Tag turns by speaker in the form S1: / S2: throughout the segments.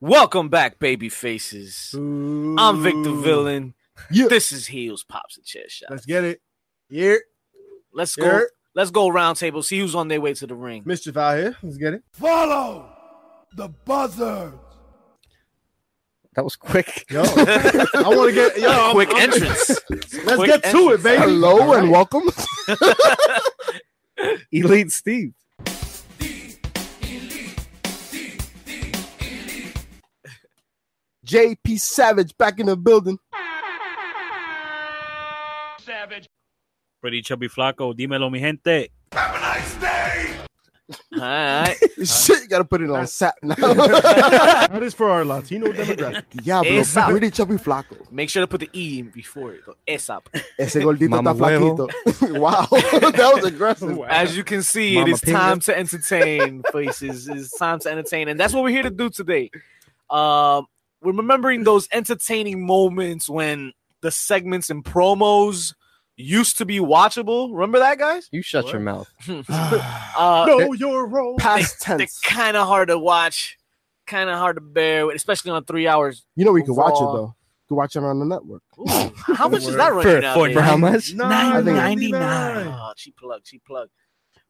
S1: Welcome back, baby faces. I'm Victor Villain.
S2: Yeah.
S1: This is Heels, Pops, and Chair Shot.
S2: Let's get it. Yeah.
S1: Let's go.
S2: Yeah.
S1: Let's go round table. See who's on their way to the ring.
S2: Mischief out here. Let's get it.
S3: Follow the buzzer.
S4: That was quick.
S2: Yo. I want to get yo. I'm-
S1: Quick
S2: I'm-
S1: entrance.
S2: Let's
S1: Quick
S2: get to
S1: entrance.
S2: it, baby.
S4: Hello
S2: All
S4: and
S2: right.
S4: welcome. Elite Steve. JP Savage back in the building.
S5: Pretty chubby flaco. Dímelo, mi gente.
S1: All right.
S4: Shit, you gotta put it on sat now.
S2: That is for our Latino demographic.
S4: yeah, bro.
S1: Esa.
S4: Pretty chubby flaco.
S1: Make sure to put the E in before it. though. Es up.
S4: Ese gordito
S6: Mama
S4: está flaquito. wow. that was aggressive.
S1: As you can see,
S6: Mama
S1: it is
S6: Pina.
S1: time to entertain, faces. It's time to entertain, and that's what we're here to do today. Um, we're remembering those entertaining moments when the segments and promos used to be watchable. Remember that, guys?
S6: You shut your mouth.
S1: Uh,
S2: know your role.
S4: Past
S1: They're
S4: tense.
S1: kind of hard to watch, kind of hard to bear, with, especially on three hours.
S4: You know we could watch it
S1: Raw.
S4: though. You could watch it on the network.
S1: Ooh, how much is that
S6: For,
S1: running now?
S6: for, for how much?
S4: I think-
S2: 999.
S1: Oh, cheap plug, cheap plug.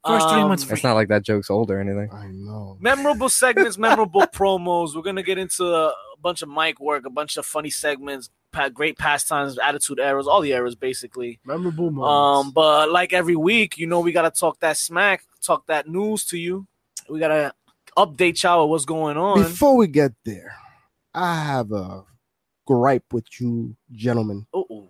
S5: First three months
S1: free.
S6: It's not like that joke's old or anything.
S4: I know.
S1: Um, memorable segments, memorable promos. We're gonna get into a bunch of mic work, a bunch of funny segments, pa- great pastimes, attitude errors, all the errors basically.
S2: Memorable moments.
S1: Um, but like every week, you know, we gotta talk that smack, talk that news to you. We gotta update y'all with what's going on.
S4: Before we get there, I have a gripe with you gentlemen.
S1: Uh-oh.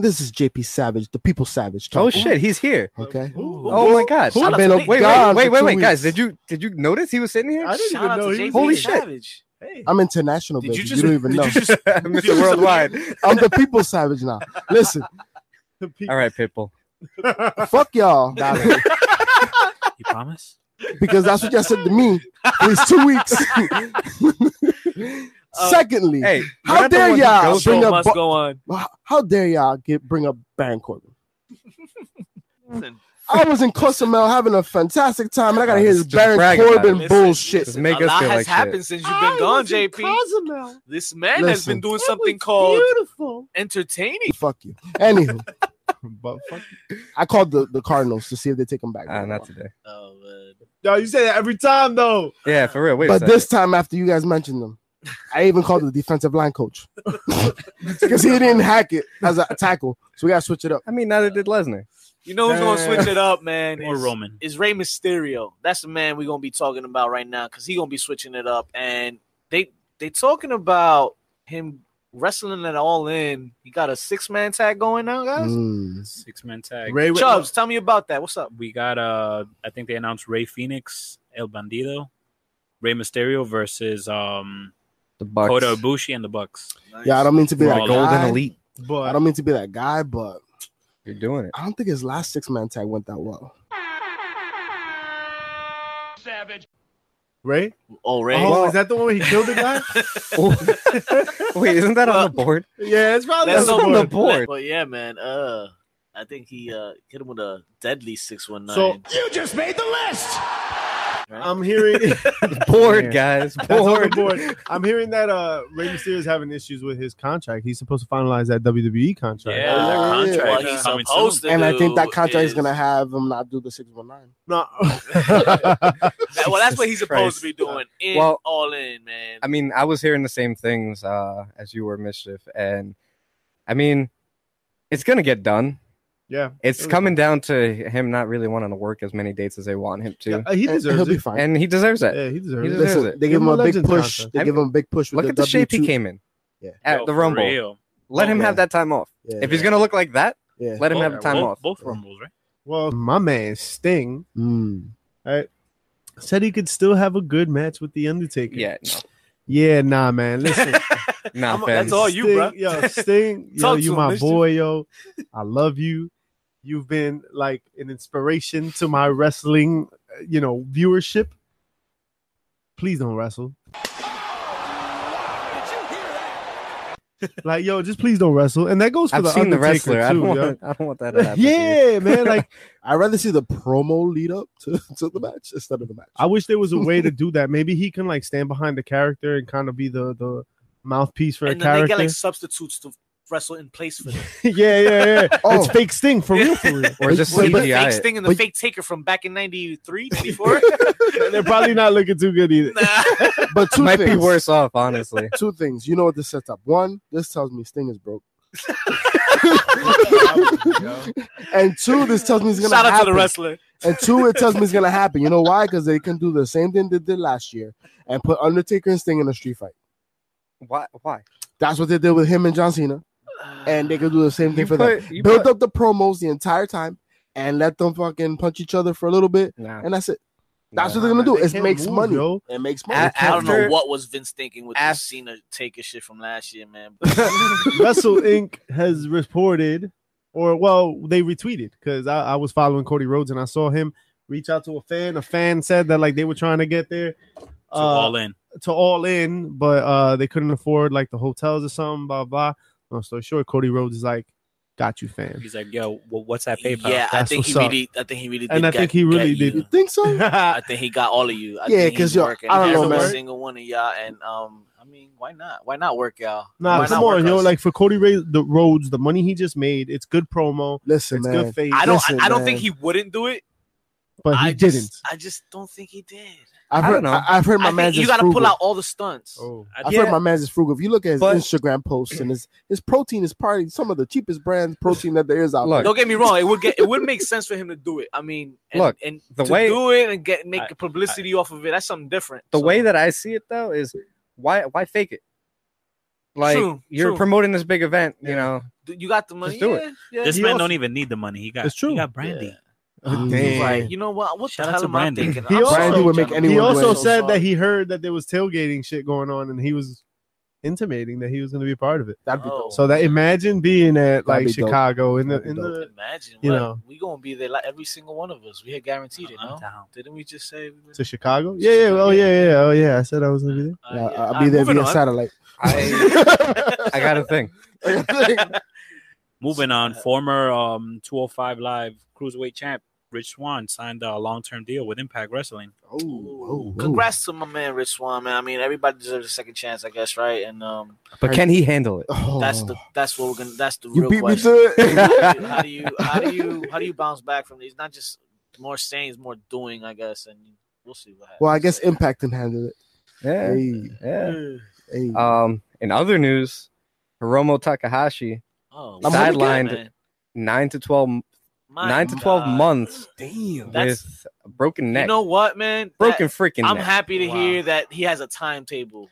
S4: This is JP Savage, the people savage.
S6: Oh
S4: talking.
S6: shit, he's here.
S4: Okay.
S1: Ooh.
S6: Oh my god.
S1: Who-
S4: I've been
S1: Wait,
S4: wait,
S6: Wait,
S4: gone
S6: wait, wait,
S4: for
S6: wait,
S4: two
S6: wait, guys!
S4: weeks.
S6: Did you did you notice he was sitting here?
S2: I didn't
S1: Shout
S2: even
S1: out
S2: know
S1: to
S2: he
S1: JP
S2: was-
S6: Holy shit.
S1: Savage.
S2: Hey.
S4: I'm international,
S1: Did
S4: baby.
S1: you
S4: You,
S1: just-
S4: don't even
S1: did
S4: know.
S1: you just-
S6: Mr. Worldwide.
S4: I'm the people savage now. Listen,
S2: The people-
S6: All right, Pitbull.
S4: fuck y'all, Dolly,
S5: You promise?
S4: because that's what y'all said to me. It's two weeks.
S1: Uh,
S4: Secondly,
S6: Hey,
S4: How
S6: you're not the
S4: dare
S6: one who
S4: ya!
S6: goes-
S4: Bring
S1: Show
S4: up
S1: must
S4: bu-
S1: go on.
S4: how dare y'all get bring up Baron Corbin?
S1: Listen,
S4: I was in Cozumel having a fantastic time, and I gotta hear this
S6: Just- just
S4: Baron
S6: brag about
S4: Corbin
S1: it.
S4: bullshit.
S6: Just make
S1: a
S6: us
S1: lot
S6: feel
S1: has
S6: like
S1: happened
S6: shit.
S1: since you've been gone, JP.
S2: Cozumel.
S1: This man has
S4: Listen.
S1: been doing
S2: Oh, That
S1: something
S2: was
S1: called
S2: beautiful.
S1: entertaining.
S4: Fuck you. Anywho,
S2: But fuck.
S4: I called the, the Cardinals to see if they take him back.
S6: Uh, not today.
S1: Oh, man.
S2: Yo, you say that every time though.
S6: Yeah, for real. Wait, a
S4: but
S6: second.
S4: this time, after you guys mentioned them, I even called the defensive line coach because he didn't hack it as a tackle. So we gotta switch it up.
S6: I mean, neither did Lesnar.
S1: You know who's gonna
S6: Uh,
S1: switch it up, man?
S5: Or
S1: is-
S5: Roman.
S1: is Rey Mysterio. That's the man we're gonna be talking about right now because he's gonna be switching it up. And they they talking about him wrestling at all in. He got a six man tag going now, guys.
S4: Mm.
S5: Six man tag.
S2: Ray with-
S1: Chubbs, tell me about that. What's up?
S5: We got uh I think they announced Ray Phoenix, El Bandido, Ray Mysterio versus um
S6: The Bucks.
S5: Kota Ibushi and the Bucks.
S4: Yeah, I don't mean to be
S5: We're
S4: that
S5: all
S4: golden
S6: Golden
S4: guy.
S6: Elite.
S4: I
S2: But
S4: don't mean to be that guy, but
S6: You're doing it.
S4: I don't think his last six man tag went that well.
S2: Ray.
S1: Oh, Ray.
S2: Oh, is that the one where he killed the guy?
S6: Wait, isn't that on the board?
S2: yeah, it's probably
S1: That's
S2: the
S1: on
S6: the
S2: one.
S6: board.
S1: But yeah, man. Uh, I think he uh hit him with a deadly six one nine.
S2: So-
S3: You just made the list.
S2: I'm hearing
S6: Board, guys.
S2: That's on the
S6: Board.
S2: board. I'm hearing that uh Rey Mysterio is having issues with his contract. He's supposed to finalize that WWE contract.
S5: Yeah,
S1: Uh,
S4: yeah, yeah.
S1: contract
S5: Yeah.
S1: he's
S5: Coming
S1: supposed to
S4: And I think that
S1: do
S4: contract is
S1: is-
S4: gonna have him not do the six one nine.
S2: No.
S1: That- well, that's what he's
S6: Jesus
S1: supposed to
S6: Christ.
S1: be doing. In,
S6: Well-
S1: all in, man.
S6: I mean, I was hearing the same things uh, as you were, Mischief, and I mean, it's gonna get done.
S2: yeah.
S6: It's
S4: Mm-hmm.
S6: coming down to him not really wanting to work as many dates as they want him to,
S2: Yeah, he
S4: And
S2: deserves
S4: He'll be
S2: it.
S4: fine.
S6: and he deserves that.
S2: Yeah, he deserves
S6: He
S2: it.
S6: deserves
S4: Listen,
S6: it.
S4: they give him a big
S2: legends
S4: push.
S2: contract.
S4: They
S6: I
S4: give him a big push. With
S6: Look
S4: the
S6: at the shape he
S4: W2.
S6: came in
S4: Yeah.
S6: at
S5: Yo,
S6: the
S5: for
S6: Rumble.
S5: real.
S6: Let him
S4: Yeah.
S6: have that time off.
S4: Yeah,
S6: If he's gonna look like that,
S4: yeah.
S6: let him
S5: Both-
S6: have the time
S5: both,
S6: off.
S5: Both Rumbles, right?
S2: Well, my man Sting
S4: Mm.
S2: said he could still have a good match with the Undertaker.
S6: Yeah, no,
S2: Yeah, nah, man. Listen,
S6: not
S1: I'm-
S6: fans.
S1: that's all Oh, you,
S2: Sting,
S1: bruh.
S2: Yo, Sting, yo,
S1: Talk to
S2: you
S1: him,
S2: my
S1: mister.
S2: boy, yo. I love you. You've been like an inspiration to my wrestling, uh, you know, viewership. Please don't wrestle. Like, yo, just please don't wrestle. And that goes for
S6: I've
S2: the
S6: seen the
S2: Undertaker,
S6: wrestler. I
S2: too,
S6: don't,
S2: yo.
S6: want, I don't want that to happen. to you.
S2: yeah, man. Like,
S4: I'd rather see the promo lead up to, to the match instead of the match.
S2: I wish there was a way to do that. Maybe he can like stand behind the character and kind of be the the mouthpiece for
S1: and
S2: a
S1: then they
S2: character.
S1: get like substitutes to wrestle in place for them.
S2: yeah, yeah, yeah.
S4: Oh.
S2: It's fake Sting for real, for real.
S6: Or just
S1: Like the
S6: CGI.
S1: fake
S6: it.
S1: Sting and the
S4: But-
S1: fake Taker from back in 93, 94.
S2: They're probably not looking too good either.
S1: nah.
S4: but two
S6: Might
S4: things,
S6: be worse off, honestly.
S4: Two things. You know what this sets up. One, this tells me Sting is broke. and two, this tells me it's gonna
S1: Shout out to
S4: happen.
S1: the wrestler.
S4: And two, it tells me it's gonna happen. You know why? Because they can do the same thing they did last year and put Undertaker and Sting in a street fight.
S6: Why? Why?
S4: That's what they did with him and John Cena, and they could do the same thing
S6: You
S4: for them.
S6: put- you
S4: Build
S6: put-
S4: up the promos the entire time and let them fucking punch each other for a little bit,
S6: Nah,
S4: and that's it. That's
S6: nah.
S4: what they're gonna do.
S2: They
S4: It
S2: can't
S4: makes
S2: move,
S4: money.
S2: yo.
S4: It makes money.
S6: A-
S1: I don't know
S6: after-
S1: what was Vince thinking with this
S6: Af-
S1: Cena Taker shit from last year, man.
S2: Wrestle Inc. has reported, or well, they retweeted because I, I was following Cody Rhodes and I saw him reach out to a fan. A fan said that like they were trying to get there
S5: So
S2: Uh,
S5: all in.
S2: to all in, but uh they couldn't afford like the hotels or something. Blah blah. No story short, Cody Rhodes is like, "Got you, fam."
S5: He's like, yo, wh- what's that PayPal?
S1: Yeah, I
S2: That's
S1: think he
S2: what's up.
S1: really, I think he really, did
S2: And I
S1: get-
S2: think he really
S1: get you.
S2: did.
S4: You think so?
S1: I think he got all of you. I
S4: Yeah,
S1: think
S4: 'cause,
S1: he's
S4: yo,
S1: working
S4: I don't
S2: know,
S1: every
S2: man.
S1: single one of y'all, and um, I mean, why not? Why not work y'all?
S2: Nah,
S1: why
S2: come
S1: not work
S2: on, yo.
S1: us?
S2: Like for Cody Ray, the Rhodes, the money he just made, it's good promo,
S4: Listen,
S2: it's
S4: man.
S2: good face,
S1: I don't,
S4: listen,
S1: I, I don't
S4: man.
S1: think he wouldn't do it.
S2: but he
S1: I just,
S2: didn't.
S1: I just don't think he did.
S4: I've
S6: I
S4: heard,
S6: don't know.
S4: I, have heard my
S1: I think
S4: man's.
S1: you
S4: is
S1: got to
S4: frugal.
S1: pull out all the stunts.
S2: oh,
S4: I've
S6: Yeah.
S4: heard my man's is frugal. If you look at his
S6: But-
S4: Instagram posts and his, his protein is probably some of the cheapest brand protein that there is out
S6: Look,
S4: there.
S1: Don't get me wrong; it would get, it would make sense for him to do it. I mean, and,
S6: Look,
S1: and
S6: the
S1: to
S6: way-
S1: do it and get make
S5: I-
S1: publicity off of it, that's something different.
S6: the
S1: So,
S6: way that I see it though is why why fake it? Like
S1: True,
S6: you're
S1: true.
S6: promoting this big event, you know.
S1: you got the money,
S6: do it.
S1: yeah, yeah.
S5: This
S2: He
S5: man
S2: also-
S5: don't even need the money. He got,
S2: It's true.
S5: He got brandy.
S4: Oh,
S1: He's
S4: damn.
S1: like, you know what? What
S5: Shout
S1: the
S5: out
S1: hell
S5: to
S1: am
S5: Brandon.
S1: I thinking?
S2: He
S1: I'm
S2: also-
S1: sorry,
S2: Brandy
S4: would make
S1: gentlemen.
S4: anyone
S2: he
S4: Anyone
S2: also
S4: doing it.
S2: said that he heard that there was tailgating shit going on, and he was intimating that he was going to be a part of it.
S4: That'd be
S1: Oh.
S4: dope.
S2: So that imagine being at like
S4: be dope.
S2: Chicago in the
S4: That'd
S2: in
S4: be
S2: the
S1: Imagine,
S2: You
S1: what?
S2: know.
S1: we gonna be there. Like every single one of us, we had guaranteed it.
S5: I'm
S1: No,
S5: down.
S1: didn't we just say? We were...
S2: to Chicago. Yeah, yeah, oh yeah, yeah, oh yeah. I said I was going to be there.
S1: Uh,
S4: Yeah,
S1: yeah.
S4: I'll
S1: All
S4: be
S1: right,
S4: there
S1: moving
S4: via
S1: on.
S4: satellite.
S6: I I got a thing.
S5: Moving on, former um 205 Live Cruiserweight champ Rich Swan signed a long term deal with Impact Wrestling.
S4: Oh, oh, oh.
S1: Congrats to my man Rich Swan, man. I mean, everybody deserves a second chance, I guess, right? And um,
S6: But can he handle it?
S4: Oh.
S1: that's the that's what we're gonna. That's the
S4: you
S1: real
S4: beat
S1: question.
S4: me to it.
S1: how do you how do you how do you bounce back from these? Not just more saying, it's more doing, I guess. And we'll see what happens.
S4: well, I guess Impact can handle it.
S6: Yeah.
S4: Hey,
S6: Yeah.
S4: hey.
S6: Um in other news, Hiromo Takahashi,
S1: oh,
S4: I'm
S6: sidelined nine to twelve nine to twelve months
S4: Damn.
S1: That's-
S6: with a broken neck.
S1: You know what, man? That-
S6: broken freaking
S1: I'm
S6: neck.
S1: happy to
S5: Wow.
S1: hear that he has a timetable.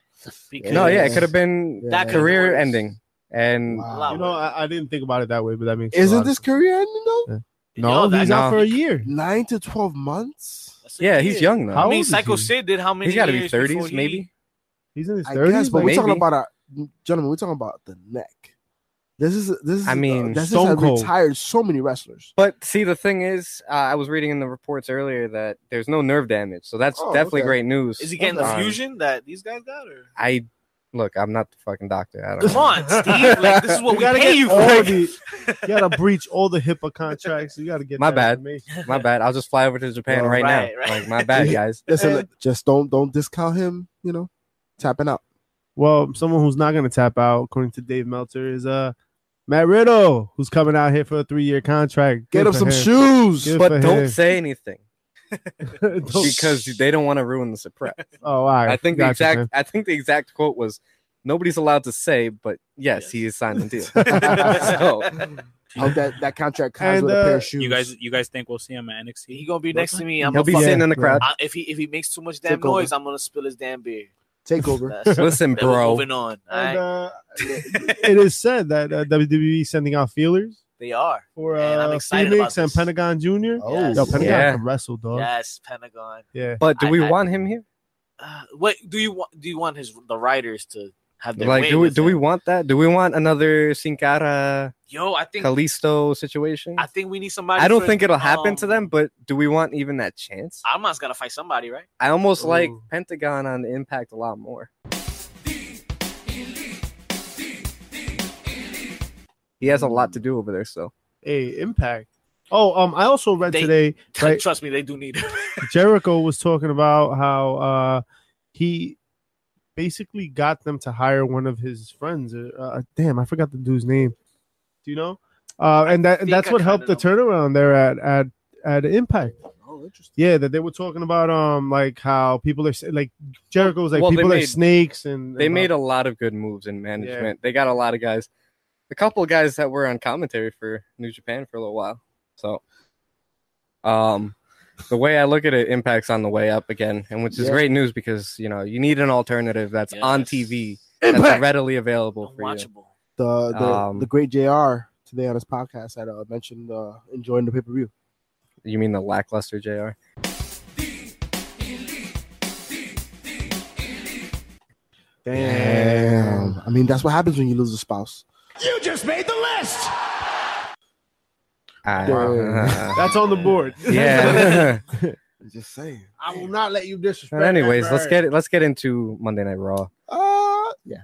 S1: Because
S6: no, yeah, it
S4: Yeah.
S6: could have been
S4: Yeah.
S1: That
S6: that
S1: could've
S6: career
S1: been worse.
S6: ending. And
S4: Wow.
S2: You know, I, I didn't think about it that way, but that makes a lot
S4: Isn't
S2: of
S4: this
S2: sense.
S4: career ending though?
S2: No,
S1: Yo, that-
S2: he's out
S6: No.
S2: for a year.
S4: Nine to twelve months.
S1: that's a
S6: yeah, he's
S1: kid.
S6: young though.
S2: How
S1: I mean,
S2: old is
S1: Psycho
S2: he?
S1: Sid did how many?
S6: He's got to be
S1: years
S6: 30s,
S1: before he-
S6: maybe.
S2: He's in his
S4: I guess,
S2: thirties.
S4: but we're talking
S6: Maybe.
S4: about our gentlemen. We're talking about the neck. This is this is.
S6: I mean,
S4: this
S2: Stone
S4: has
S2: Cold.
S4: retired so many wrestlers.
S6: But see, the thing is, uh, I was reading in the reports earlier that there's no nerve damage, so that's
S4: Oh,
S6: definitely
S4: okay.
S6: great news.
S1: Is he getting
S6: Um,
S1: the fusion that these guys got? Or
S6: I look, I'm not the fucking doctor. I don't
S1: come
S6: know.
S1: on, Steve, like this is what
S2: You
S1: we
S2: gotta
S1: pay
S2: get
S1: you
S2: all
S1: for.
S2: the- You gotta breach all the HIPAA contracts. You gotta get
S6: My
S2: that
S6: bad.
S2: information.
S6: My bad. I'll just fly over to Japan
S4: Well,
S6: right,
S1: right,
S6: now.
S1: right.
S6: Like my bad, guys.
S4: Listen,
S2: And-
S4: look, just don't don't discount him. You know, tapping out.
S2: Well, someone who's not gonna tap out, according to Dave Meltzer, is uh Matt Riddle, who's coming out here for a three-year contract.
S4: Get
S2: Good
S4: him
S2: for
S4: some shoes.
S2: Good
S6: But
S2: for
S6: don't
S2: him.
S6: say anything
S2: Don't-
S6: because they don't want to ruin the surprise.
S2: Oh, all right.
S6: I think the
S2: Gotcha,
S6: exact.
S2: man.
S6: I think the exact quote was, "Nobody's allowed to say, but yes, he is signed a deal." so
S4: Hope Oh, that that contract comes
S2: And,
S4: with a pair
S2: uh,
S4: of shoes.
S5: You guys, you guys think we'll see him at NXT?
S1: he gonna be next to me. I'm
S6: he'll
S1: gonna
S6: be
S1: fuck-
S6: sitting in the
S2: Yeah.
S6: crowd.
S1: I- if he if he makes too much damn
S4: Take over.
S1: noise, I'm gonna spill his damn beer.
S4: take over.
S1: That's-
S6: Listen,
S1: then we're
S6: bro.
S1: Moving on. All right?
S2: And, uh, it is said that uh, WWE is sending out feelers
S1: They are.
S2: for
S1: Man, I'm
S2: uh,
S1: excited
S2: Phoenix
S1: about
S2: and
S1: this.
S2: Pentagon Junior.
S4: Oh,
S1: Yes.
S2: Yo, Pentagon
S6: Yeah.
S2: can wrestle, dog.
S1: Yes, Pentagon.
S2: Yeah.
S6: But do
S1: I-
S6: we
S1: I-
S6: want him here?
S1: Uh, what do you want? Do you want his the writers to have their
S6: Like,
S1: way
S6: do we
S1: with
S6: do we
S1: him?
S6: want that? Do we want another Sin Cara
S1: Yo, I think
S6: Kalisto situation?
S1: I think we need somebody.
S6: I don't
S1: for-
S6: think it'll happen
S1: um,
S6: to them, but do we want even that chance?
S1: Almas gotta fight somebody, right?
S6: I almost like
S2: Ooh.
S6: Pentagon on Impact a lot more. He has a lot to do over there still.
S2: Hey, Impact. Oh, um, I also read
S1: They-
S2: today Right.
S1: Trust me, they do need it.
S2: Jericho was talking about how uh, he basically got them to hire one of his friends. Uh, uh, damn, I forgot the dude's name. Do you know? Uh, and that
S1: think
S2: and that's
S1: I
S2: what
S1: kinda
S2: helped the
S1: know.
S2: turnaround there at at at Impact.
S4: Oh, interesting.
S2: Yeah, that they were talking about um like how people are s- like Jericho was like
S6: Well, they
S2: people are
S6: made-
S2: snakes and
S6: They
S2: and,
S6: made
S2: uh,
S6: a lot of good moves in management. They got a lot of guys. A couple of guys that were on commentary for New Japan for a little while. So um the way I look at it, impacts on the way up again, and which is
S4: Yeah.
S6: great news because you know you need an alternative that's on TV that's
S4: Impact.
S6: readily available for you.
S1: Unwatchable.
S4: the the,
S6: Um,
S4: the great Jr. today on his podcast had uh, mentioned uh, enjoying the pay per view.
S6: You mean the lackluster JR?
S4: Damn. I mean, that's what happens when you lose a spouse.
S3: You just made the list.
S6: I-
S4: Wow.
S2: that's on the board.
S6: Ah. yeah.
S4: I'm just saying.
S2: I will not let you disrespect.
S6: But anyways, let's
S2: Impact.
S6: get let's get into Monday Night Raw.
S4: Uh, yeah.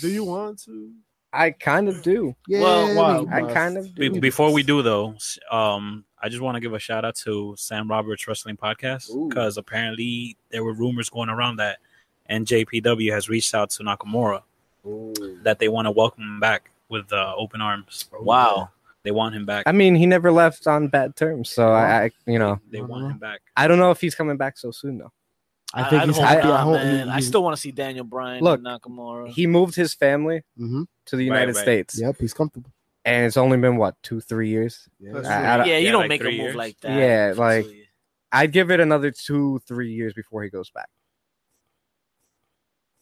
S2: Do you want to?
S6: I kind of do.
S4: yeah
S1: Well,
S2: wow.
S4: we
S6: I
S4: must.
S6: kind of
S5: Be-
S6: do.
S5: before we do though, s- um, I just want to give a shout out to Sam Roberts Wrestling Podcast
S4: Ooh.
S5: because apparently there were rumors going around that NJPW has reached out to Nakamura that they want to welcome him back with uh, open arms.
S1: Wow.
S5: they want him back.
S6: I mean, he never left on bad terms, so I, I you know,
S5: they want him back.
S6: I don't know if he's coming back so soon though.
S4: I think
S1: I'd
S4: he's
S1: hold
S4: happy
S1: out,
S4: at home.
S1: man. I
S4: He's-
S1: still want to see Daniel Bryan
S6: Look,
S1: and Nakamura.
S6: He moved his family
S4: Mhm.
S6: to the
S5: Right,
S6: United
S5: right.
S6: States,
S4: Yep, he's comfortable.
S6: and it's only been what two, three years.
S4: Yeah.
S2: That's
S6: I-
S2: true.
S6: I don't-
S1: yeah, you
S5: Yeah,
S1: don't
S5: like
S1: make a
S5: three
S1: move
S5: years.
S1: like that.
S6: Yeah, like-
S1: easily.
S6: I'd give it another two, three years before he goes back.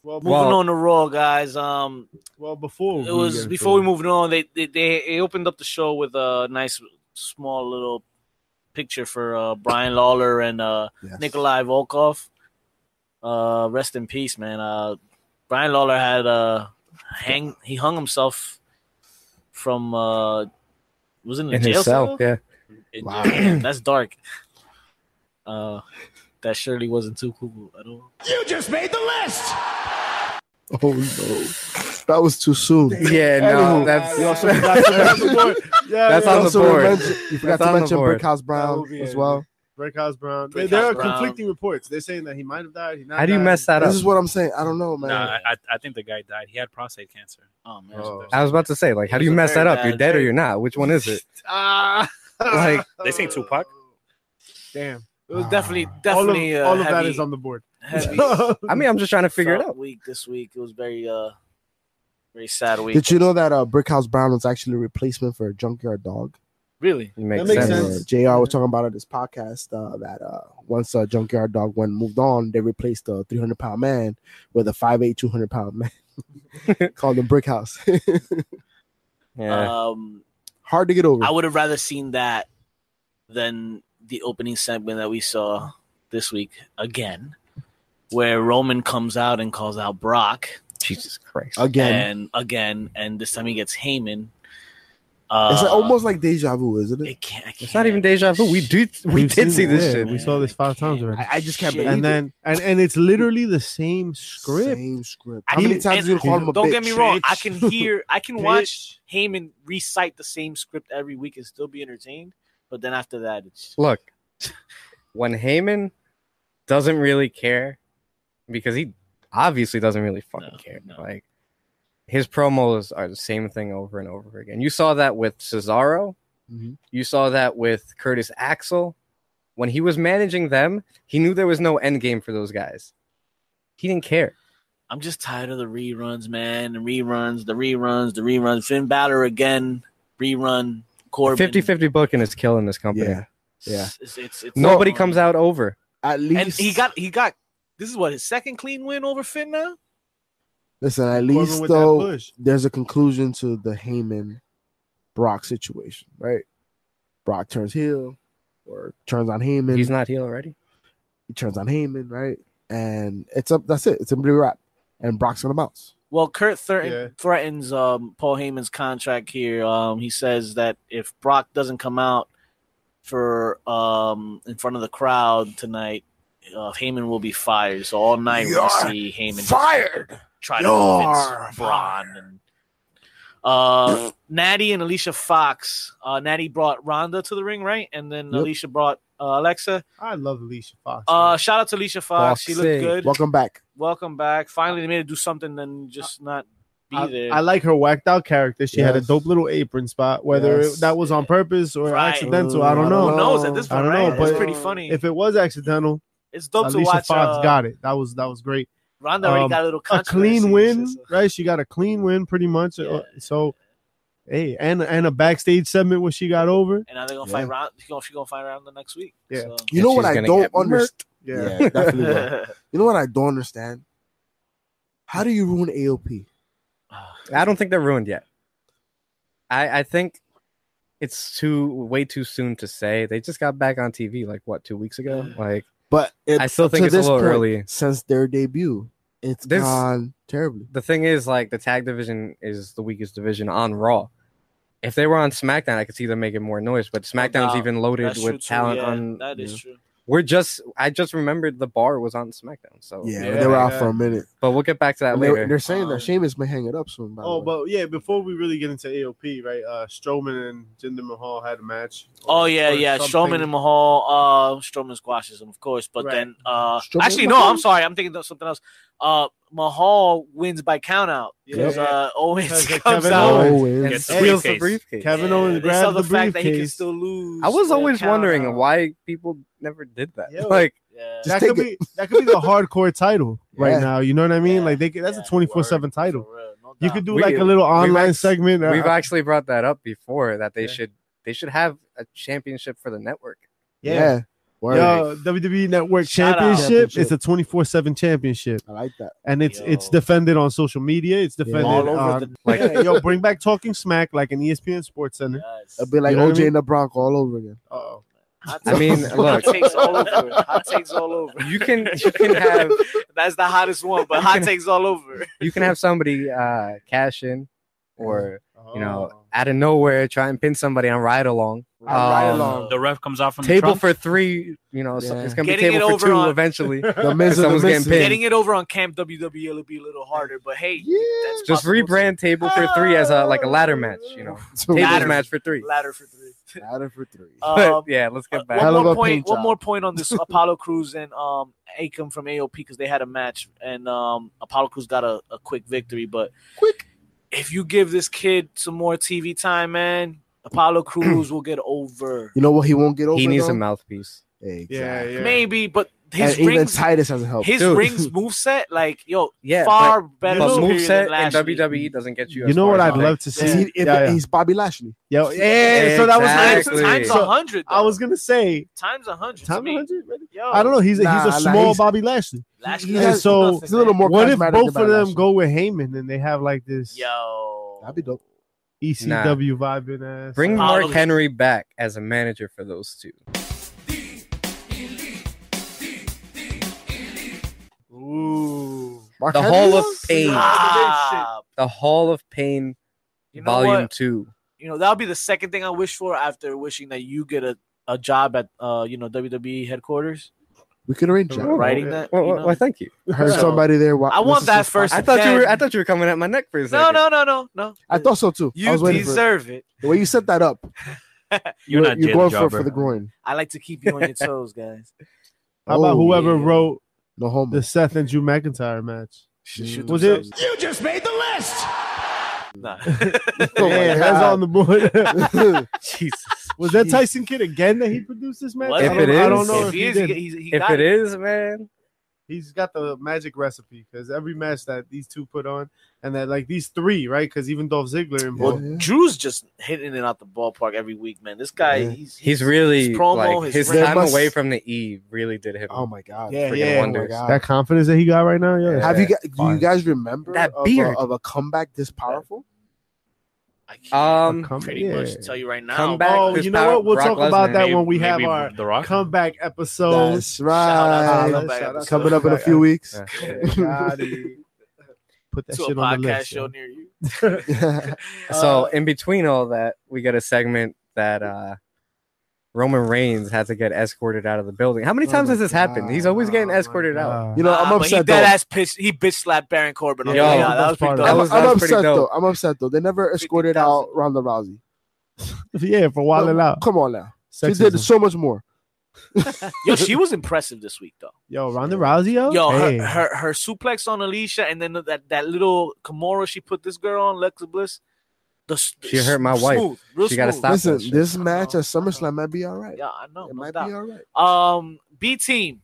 S2: Well,
S1: moving
S6: Well-
S1: on to Raw, guys. Um,
S2: well, before uh,
S1: it was
S2: get
S1: before we
S2: into-
S1: moved on. They they, they they opened up the show with a nice small little picture for uh, Brian Lawler and uh,
S4: Yes.
S1: Nikolai Volkov. Uh, rest in peace, man. Uh, Brian Lawler had uh hang he hung himself from uh was it in, a
S6: In
S1: jail
S6: his
S1: cell.
S6: cell, yeah.
S5: It-
S4: Wow.
S1: Damn, that's dark. Uh, that surely wasn't too cool at all.
S3: You just made the list.
S4: Oh no, that was too soon.
S6: Yeah, no,
S4: Anywho,
S6: that's
S2: You also forgot to- that's on the board. Yeah,
S6: That's
S2: yeah.
S6: on
S4: You
S6: the
S4: also
S6: board.
S4: mentioned- you forgot
S6: That's on
S4: to
S6: the
S4: mention
S6: board.
S4: Brickhouse Brown
S2: will be
S4: as
S2: it.
S4: well.
S2: Brickhouse Brown.
S1: Brickhouse
S2: there are
S1: Brown.
S2: conflicting reports. They're saying that he might have died. He not
S6: How do you
S2: died.
S6: mess that up?
S4: This is what I'm saying. I don't know, man.
S5: Nah, I, I- I think the guy died. He had prostate cancer.
S1: Oh man,
S2: Oh.
S6: I was about to say, like, how do
S1: It
S6: you
S1: was a
S6: mess that
S1: very
S6: up? You're
S1: bad
S6: dead or
S1: day.
S6: you're not. Which one is it?
S2: Ah.
S6: Like,
S5: they say Tupac?
S2: Damn.
S1: it was definitely
S2: All of,
S1: definitely uh,
S2: all of that
S1: heavy-
S2: is on the board.
S1: heavy.
S6: I mean, I'm just trying to figure it
S1: felt
S6: out.
S1: Week this week it was very uh very sad week.
S4: Did you know that uh, Brickhouse Brown was actually a replacement for a junkyard dog?
S1: really?
S6: It makes,
S2: makes
S6: sense.
S2: sense.
S4: Uh, Jr. was talking about on this podcast uh, that uh, once uh, junkyard dog went moved on, they replaced the 300 pound man with a 5'8", 200 pound man called him Brickhouse.
S6: Yeah.
S1: Um
S4: Hard to get over.
S1: I would have rather seen that than the opening segment that we saw this week again, where Roman comes out and calls out Brock
S6: Jesus Christ.
S4: Again,
S1: and again and this time he gets Heyman. Uh,
S4: it's like, almost like deja vu, isn't it?
S1: it can't, I can't.
S6: It's not even deja vu. We do. We
S2: We've seen
S6: did see this
S2: it.
S6: shit.
S2: We saw this five times already.
S4: I, I just can't
S1: Shit.
S4: believe
S2: and
S4: it.
S2: then and and it's literally the same script.
S4: Same script.
S1: I
S4: How many
S1: can-
S4: times
S1: and-
S4: you gonna call him a
S1: Don't
S4: bitch?
S1: get me wrong. I
S2: Bitch.
S1: can hear, I can watch Heyman recite the same script every week and still be entertained. But then after that, it's
S6: Look, when Heyman doesn't really care, because he obviously doesn't really fucking
S1: No,
S6: care.
S1: no.
S6: Like his promos are the same thing over and over again. You saw that with Cesaro.
S1: Mm-hmm.
S4: Mhm.
S6: You saw that with Curtis Axel. When he was managing them, he knew there was no end game for those guys. He didn't care.
S1: I'm just tired of the reruns, man. The reruns, the reruns, the reruns. Finn Balor again, rerun. Corbin,
S6: 50-50 booking is killing this company.
S4: Yeah, yeah.
S1: It's, it's, it's
S6: Nobody comes out over.
S4: At least
S1: and he got, he got. This is what his second clean win over Finn now.
S4: Listen, at
S2: Corbin
S4: least
S2: with that
S4: though,
S2: push.
S4: there's a conclusion to the Heyman Brock situation, right? Brock turns heel or turns on Heyman.
S6: He's not heel already.
S4: he turns on Heyman, right? And it's up. That's it. It's a blue wrap. And Brock's gonna bounce.
S1: Well, Kurt threaten,
S2: Yeah.
S1: threatens um, Paul Heyman's contract here. Um, he says that if Brock doesn't come out for um, in front of the crowd tonight, uh, Heyman will be fired. So all night we
S4: You're
S1: see Heyman just
S4: Fired.
S1: try
S4: You're
S1: to convince Braun and Uh, Natty and Alicia Fox. Uh, Natty brought Ronda to the ring, right? And then
S4: Yep.
S1: Alicia brought uh, Alexa.
S2: I love Alicia Fox.
S1: Uh, shout out to Alicia Fox. She looked
S6: Foxy.
S1: good.
S4: Welcome back.
S1: Welcome back. Finally, they made her do something than just not be
S2: I,
S1: there.
S2: I like her whacked out character. She had a
S4: Yes.
S2: dope little apron spot. Whether
S4: Yes.
S2: it, that was on purpose or
S1: Right.
S2: accidental, I don't know.
S1: Who knows at this
S2: I
S1: point,
S2: don't know,
S1: right? it's
S2: but
S1: pretty funny.
S2: If it was accidental,
S1: it's dope to
S2: Alicia
S1: watch.
S2: Fox
S1: uh,
S2: got it. That was that was great.
S1: Ronda already
S2: um,
S1: got a little
S2: A clean
S1: controversy,
S2: win,
S1: so-
S2: right? She got a clean win, pretty much. uh,
S1: Yeah.
S2: So, hey, and and a backstage segment where she got over.
S1: And now they're gonna
S4: Yeah.
S1: fight Ronda. She's gonna, she gonna fight Ronda next week.
S2: Yeah.
S1: So.
S4: You
S6: And
S4: know what
S6: she's
S4: I
S6: gonna
S4: don't
S6: get
S4: understand?
S2: Yeah.
S4: definitely. will. You know what I don't understand? How do you ruin AOP?
S6: I don't think they're ruined yet. I I think it's too way too soon to say. They just got back on TV like what two weeks ago. Like
S4: But it,
S6: I still think
S4: to
S6: it's a
S4: this
S6: little
S4: point,
S6: early.
S4: since their debut. It's
S6: This-
S4: gone terribly.
S6: the thing is like the tag division is the weakest division on Raw. If they were on SmackDown, I could see them making more noise. But SmackDown's
S1: doubt.
S6: even loaded
S1: That's true
S6: with
S1: too,
S6: talent.
S1: yeah.
S6: on
S1: that is true.
S6: we're just I just remembered the bar was on SmackDown. So
S4: Yeah,
S2: Yeah,
S4: they were out
S2: yeah.
S4: for a minute.
S6: but we'll get back to that
S4: And they,
S6: later.
S4: are saying
S1: Um,
S4: that Sheamus may hang it up soon. By
S2: Oh,
S4: the way.
S2: but yeah, before we really get into AOP, right? Uh, Strowman and Jinder Mahal had a match.
S1: Oh yeah,
S2: Or
S1: yeah.
S2: something.
S1: Strowman and Mahal. Uh, Strowman squashes him, of course. But
S2: Right.
S1: then, uh,
S4: Strowman
S1: actually,
S4: and
S1: no.
S4: Mahal?
S1: I'm sorry. I'm thinking of something else. Uh, Mahal wins by countout because
S2: Yeah.
S1: uh, Owens
S2: Because of
S1: comes
S2: Kevin
S1: out.
S2: Owens.
S6: And
S5: Gets the
S6: steals the
S5: briefcase.
S6: briefcase.
S2: Kevin
S1: Yeah,
S2: Owens
S1: they
S2: grabbed
S1: sell the,
S2: the
S1: fact that he can
S2: briefcase.
S1: still lose.
S6: I was
S1: with a
S6: always wondering
S1: countout.
S6: why people never did that.
S2: Yo.
S6: Like
S1: Yeah.
S4: Just
S2: that could
S4: take
S2: be that could be the hardcore title right
S4: Yeah.
S2: now. You know what I mean?
S1: Yeah.
S2: Like they could, that's
S1: Yeah,
S2: a twenty four seven
S1: word.
S2: title.
S1: For real, no
S2: You
S1: doubt.
S2: could do
S6: We-
S2: like a little online
S6: act-
S2: segment.
S6: we've
S2: Uh,
S6: actually brought that up before that they
S2: Yeah.
S6: should they should have a championship for the network.
S4: yeah.
S2: yeah.
S4: Word.
S2: Yo, WWE Network
S1: Shout out.
S2: Championship. It's a
S4: Championship.
S2: twenty four seven championship,
S4: I like that.
S2: and it's it's
S1: Yo.
S2: defended on social media. It's defended
S1: all over
S2: on-
S1: the
S6: Like
S2: Yeah, yo, bring back Talking Smack like an E ESPN Sports Center.
S1: yes.
S4: It'd be like
S2: You know what I
S4: OJ
S2: mean?
S4: and the Bronco all over again.
S2: Oh,
S1: Hot
S6: I mean,
S1: takes-
S6: look.
S1: hot takes all over. Hot takes all over.
S6: you can you can have
S1: That's the hottest one, but hot takes all over.
S6: you can have somebody uh cash in or you know
S2: Oh.
S6: um, out of nowhere try and pin somebody on ride along.
S4: Ride
S6: Um,
S4: along.
S5: The ref comes out from the
S6: Table
S5: trunk.
S6: for three, you know, so
S4: Yeah.
S6: it's gonna
S1: Getting
S6: be
S1: it
S6: table
S1: over
S6: for two
S1: on-
S6: eventually.
S2: Uh,
S4: The Miz and the
S6: Someone's getting
S4: Miz.
S6: pinned.
S1: Getting it over on Camp WWE will be a little harder, but hey,
S4: Yeah.
S1: that's
S6: Just
S1: possible, too.
S6: rebrand table for three as a like a ladder match, you know.
S1: Ladder.
S6: Tables match for three.
S1: ladder for three.
S4: Ladder for three.
S6: But,
S1: Um,
S6: yeah, let's
S1: uh,
S6: get back.
S4: Hell
S1: one
S4: of
S1: more
S4: a paint
S1: point. One
S4: job.
S1: more point on this Apollo Cruz and um Akam from AOP because they had a match and um Apollo Cruz got a, a quick victory, but
S4: Quick.
S1: If you give this kid some more TV time, man, Apollo Cruz will get over.
S4: You know what? He won't get over.
S6: He needs a
S4: though?
S6: mouthpiece.
S4: Exactly.
S2: yeah, yeah.
S1: Maybe, but his
S4: and even
S1: rings,
S4: Titus hasn't helped.
S1: his
S6: Dude.
S1: rings moveset, like yo,
S6: Yeah,
S1: far better.
S6: but, but
S1: superior
S6: moveset
S1: than last
S6: in E.
S1: week.
S6: WWE doesn't get you.
S2: You
S6: as
S2: know
S6: far
S2: what
S6: as
S2: I'd
S6: I
S2: love to
S4: He's,
S2: see?
S4: he- if-
S2: Yeah, yeah.
S4: he's Bobby Lashley.
S2: Yo, yeah, so that was
S1: Times,
S6: Exactly.
S1: times
S6: So,
S1: a hundred.
S2: I was gonna say
S1: times a hundred.
S2: Tom
S1: to me.
S2: 100. maybe?
S1: Yo,
S2: I don't know. He's a,
S4: Nah,
S2: he's
S4: nah,
S2: a small
S4: he's-
S2: Bobby Lashley.
S1: Last
S4: He
S1: year
S2: has-
S1: was
S2: so-
S1: nothing,
S4: he's a little
S1: man.
S4: more
S2: What if
S4: charismatic
S2: both
S4: than
S2: of them
S4: Bobby
S2: go with Heyman and they have like this E
S1: Yo,
S4: That'd be dope.
S2: ECW vibe in ass?
S6: Bring
S1: Follow
S6: Mark
S1: me.
S6: Henry back as a manager for those two.
S2: Ooh.
S4: Mark
S6: The
S4: Henry?
S6: Hall of Pain.
S1: Stop.
S6: The Hall of Pain,
S1: You know
S6: Volume
S1: what?
S6: Two.
S1: You know that'll be the second thing I wish for after wishing that you get a, a job at uh you know WWE headquarters
S4: We could arrange
S2: Oh,
S4: that.
S2: Right.
S1: writing
S2: yeah.
S1: that.
S6: Well,
S1: you
S6: well,
S1: know?
S6: well, thank you.
S4: Heard
S1: So-
S4: somebody there. wa-
S1: I want
S4: listens
S1: that
S4: to
S1: first.
S4: Spotify.
S6: I thought you
S1: Then-
S6: were. I thought you were coming at my neck for a
S1: No,
S6: second.
S1: no, no, no, no.
S4: I thought so too. I
S1: you
S4: was waiting for it.
S1: deserve it.
S4: the way you set that up.
S5: You're not
S4: you're
S5: Jim
S4: going for
S5: Jobber.
S4: for the groin.
S1: I like to keep you on your toes, guys.
S2: How about
S4: Oh,
S2: whoever
S1: yeah.
S2: wrote
S4: No homo.
S2: the Seth and Drew McIntyre match?
S1: Shoot- shoot
S2: Was
S1: themselves.
S3: You just made the list.
S1: Nah.
S4: Oh my
S2: yeah, that's
S4: God.
S2: on the board.
S6: Jesus.
S2: was that Tyson Kidd again that he produced this match?
S1: Was
S6: If
S2: I don't,
S6: it
S2: I
S6: is-
S2: don't know if,
S1: If he
S2: he
S1: is, he,
S2: did.
S1: he's- he
S6: If
S1: got
S6: it is, man,
S2: he's got the magic recipe because every match that these two put on, and that like these three, right? Because even Dolph Ziggler
S1: Well,
S2: involved.
S1: Drew's just hitting it out the ballpark every week, man. This guy,
S4: Yeah.
S1: he's,
S6: he's really
S1: his promo,
S6: like
S1: his
S6: his,
S1: ring.
S6: time
S4: Must-
S6: away from the E really did him.
S4: Oh my god.
S2: Yeah,
S4: Freaking
S2: yeah.
S4: wonders.
S6: Oh my
S2: That confidence that he got right now, yeah.
S6: Yeah.
S4: Have you guys, do you
S6: fine.
S4: guys remember
S6: That
S4: of,
S6: beard.
S4: A, of a comeback this powerful?
S1: I can't
S6: Um,
S2: Come-
S1: pretty
S2: yeah.
S1: much tell you right now.
S6: Come
S1: but
S6: back.
S2: Oh,
S6: Chris
S2: you know
S6: Power-
S2: what? We'll
S6: Brock
S2: talk about
S6: Lesnar.
S2: that
S5: Maybe-
S2: when we have
S5: maybe
S2: our
S5: The Rock.
S2: comeback episode.
S4: That's
S1: shout out
S4: right.
S1: to
S2: Shout
S1: the
S2: out
S1: comeback
S2: to
S1: episode.
S4: Coming up in a few weeks.
S6: Yeah.
S2: Got it. Put that
S1: to a
S2: shit on the
S1: podcast
S2: list.
S1: show
S2: yo.
S1: near you.
S6: So in between all that, we get a segment that uh Roman Reigns had to get escorted out of the building. How many
S4: Oh
S6: times
S4: my
S6: has this happened? He's
S4: God.
S6: always getting
S2: Oh my
S6: escorted out.
S2: God.
S4: You know,
S1: Nah,
S4: I'm
S1: but he
S4: upset though.
S1: dead ass pitch. He bitch slapped Baron Corbin.
S6: Yo,
S1: yeah, that was
S2: that's
S1: pretty
S2: part of
S1: dope.
S2: it.
S4: I'm,
S6: was-
S4: I'm
S6: that was
S4: upset
S6: pretty dope.
S4: though. I'm upset though. They never escorted
S1: 50,000.
S4: out Ronda Rousey.
S2: Uh, yeah, for wilding out.
S4: Come on now, she
S2: Sexism.
S4: did so much more.
S1: Yo, she was impressive this week though.
S2: Yo, Ronda Rousey, yo.
S1: Yo,
S2: Hey.
S1: her, her her suplex on Alicia, and then that that little Kimura she put this girl on, Lexa Bliss. The, s-
S6: She hurt my wife.
S1: smooth, Real
S6: She gotta
S1: smooth.
S6: Stop
S4: Listen,
S6: that shit.
S4: this match
S1: know,
S4: at SummerSlam might be all right.
S1: Yeah, I know.
S4: it
S1: no
S4: might
S1: doubt.
S4: be all right.
S1: Um, B Team,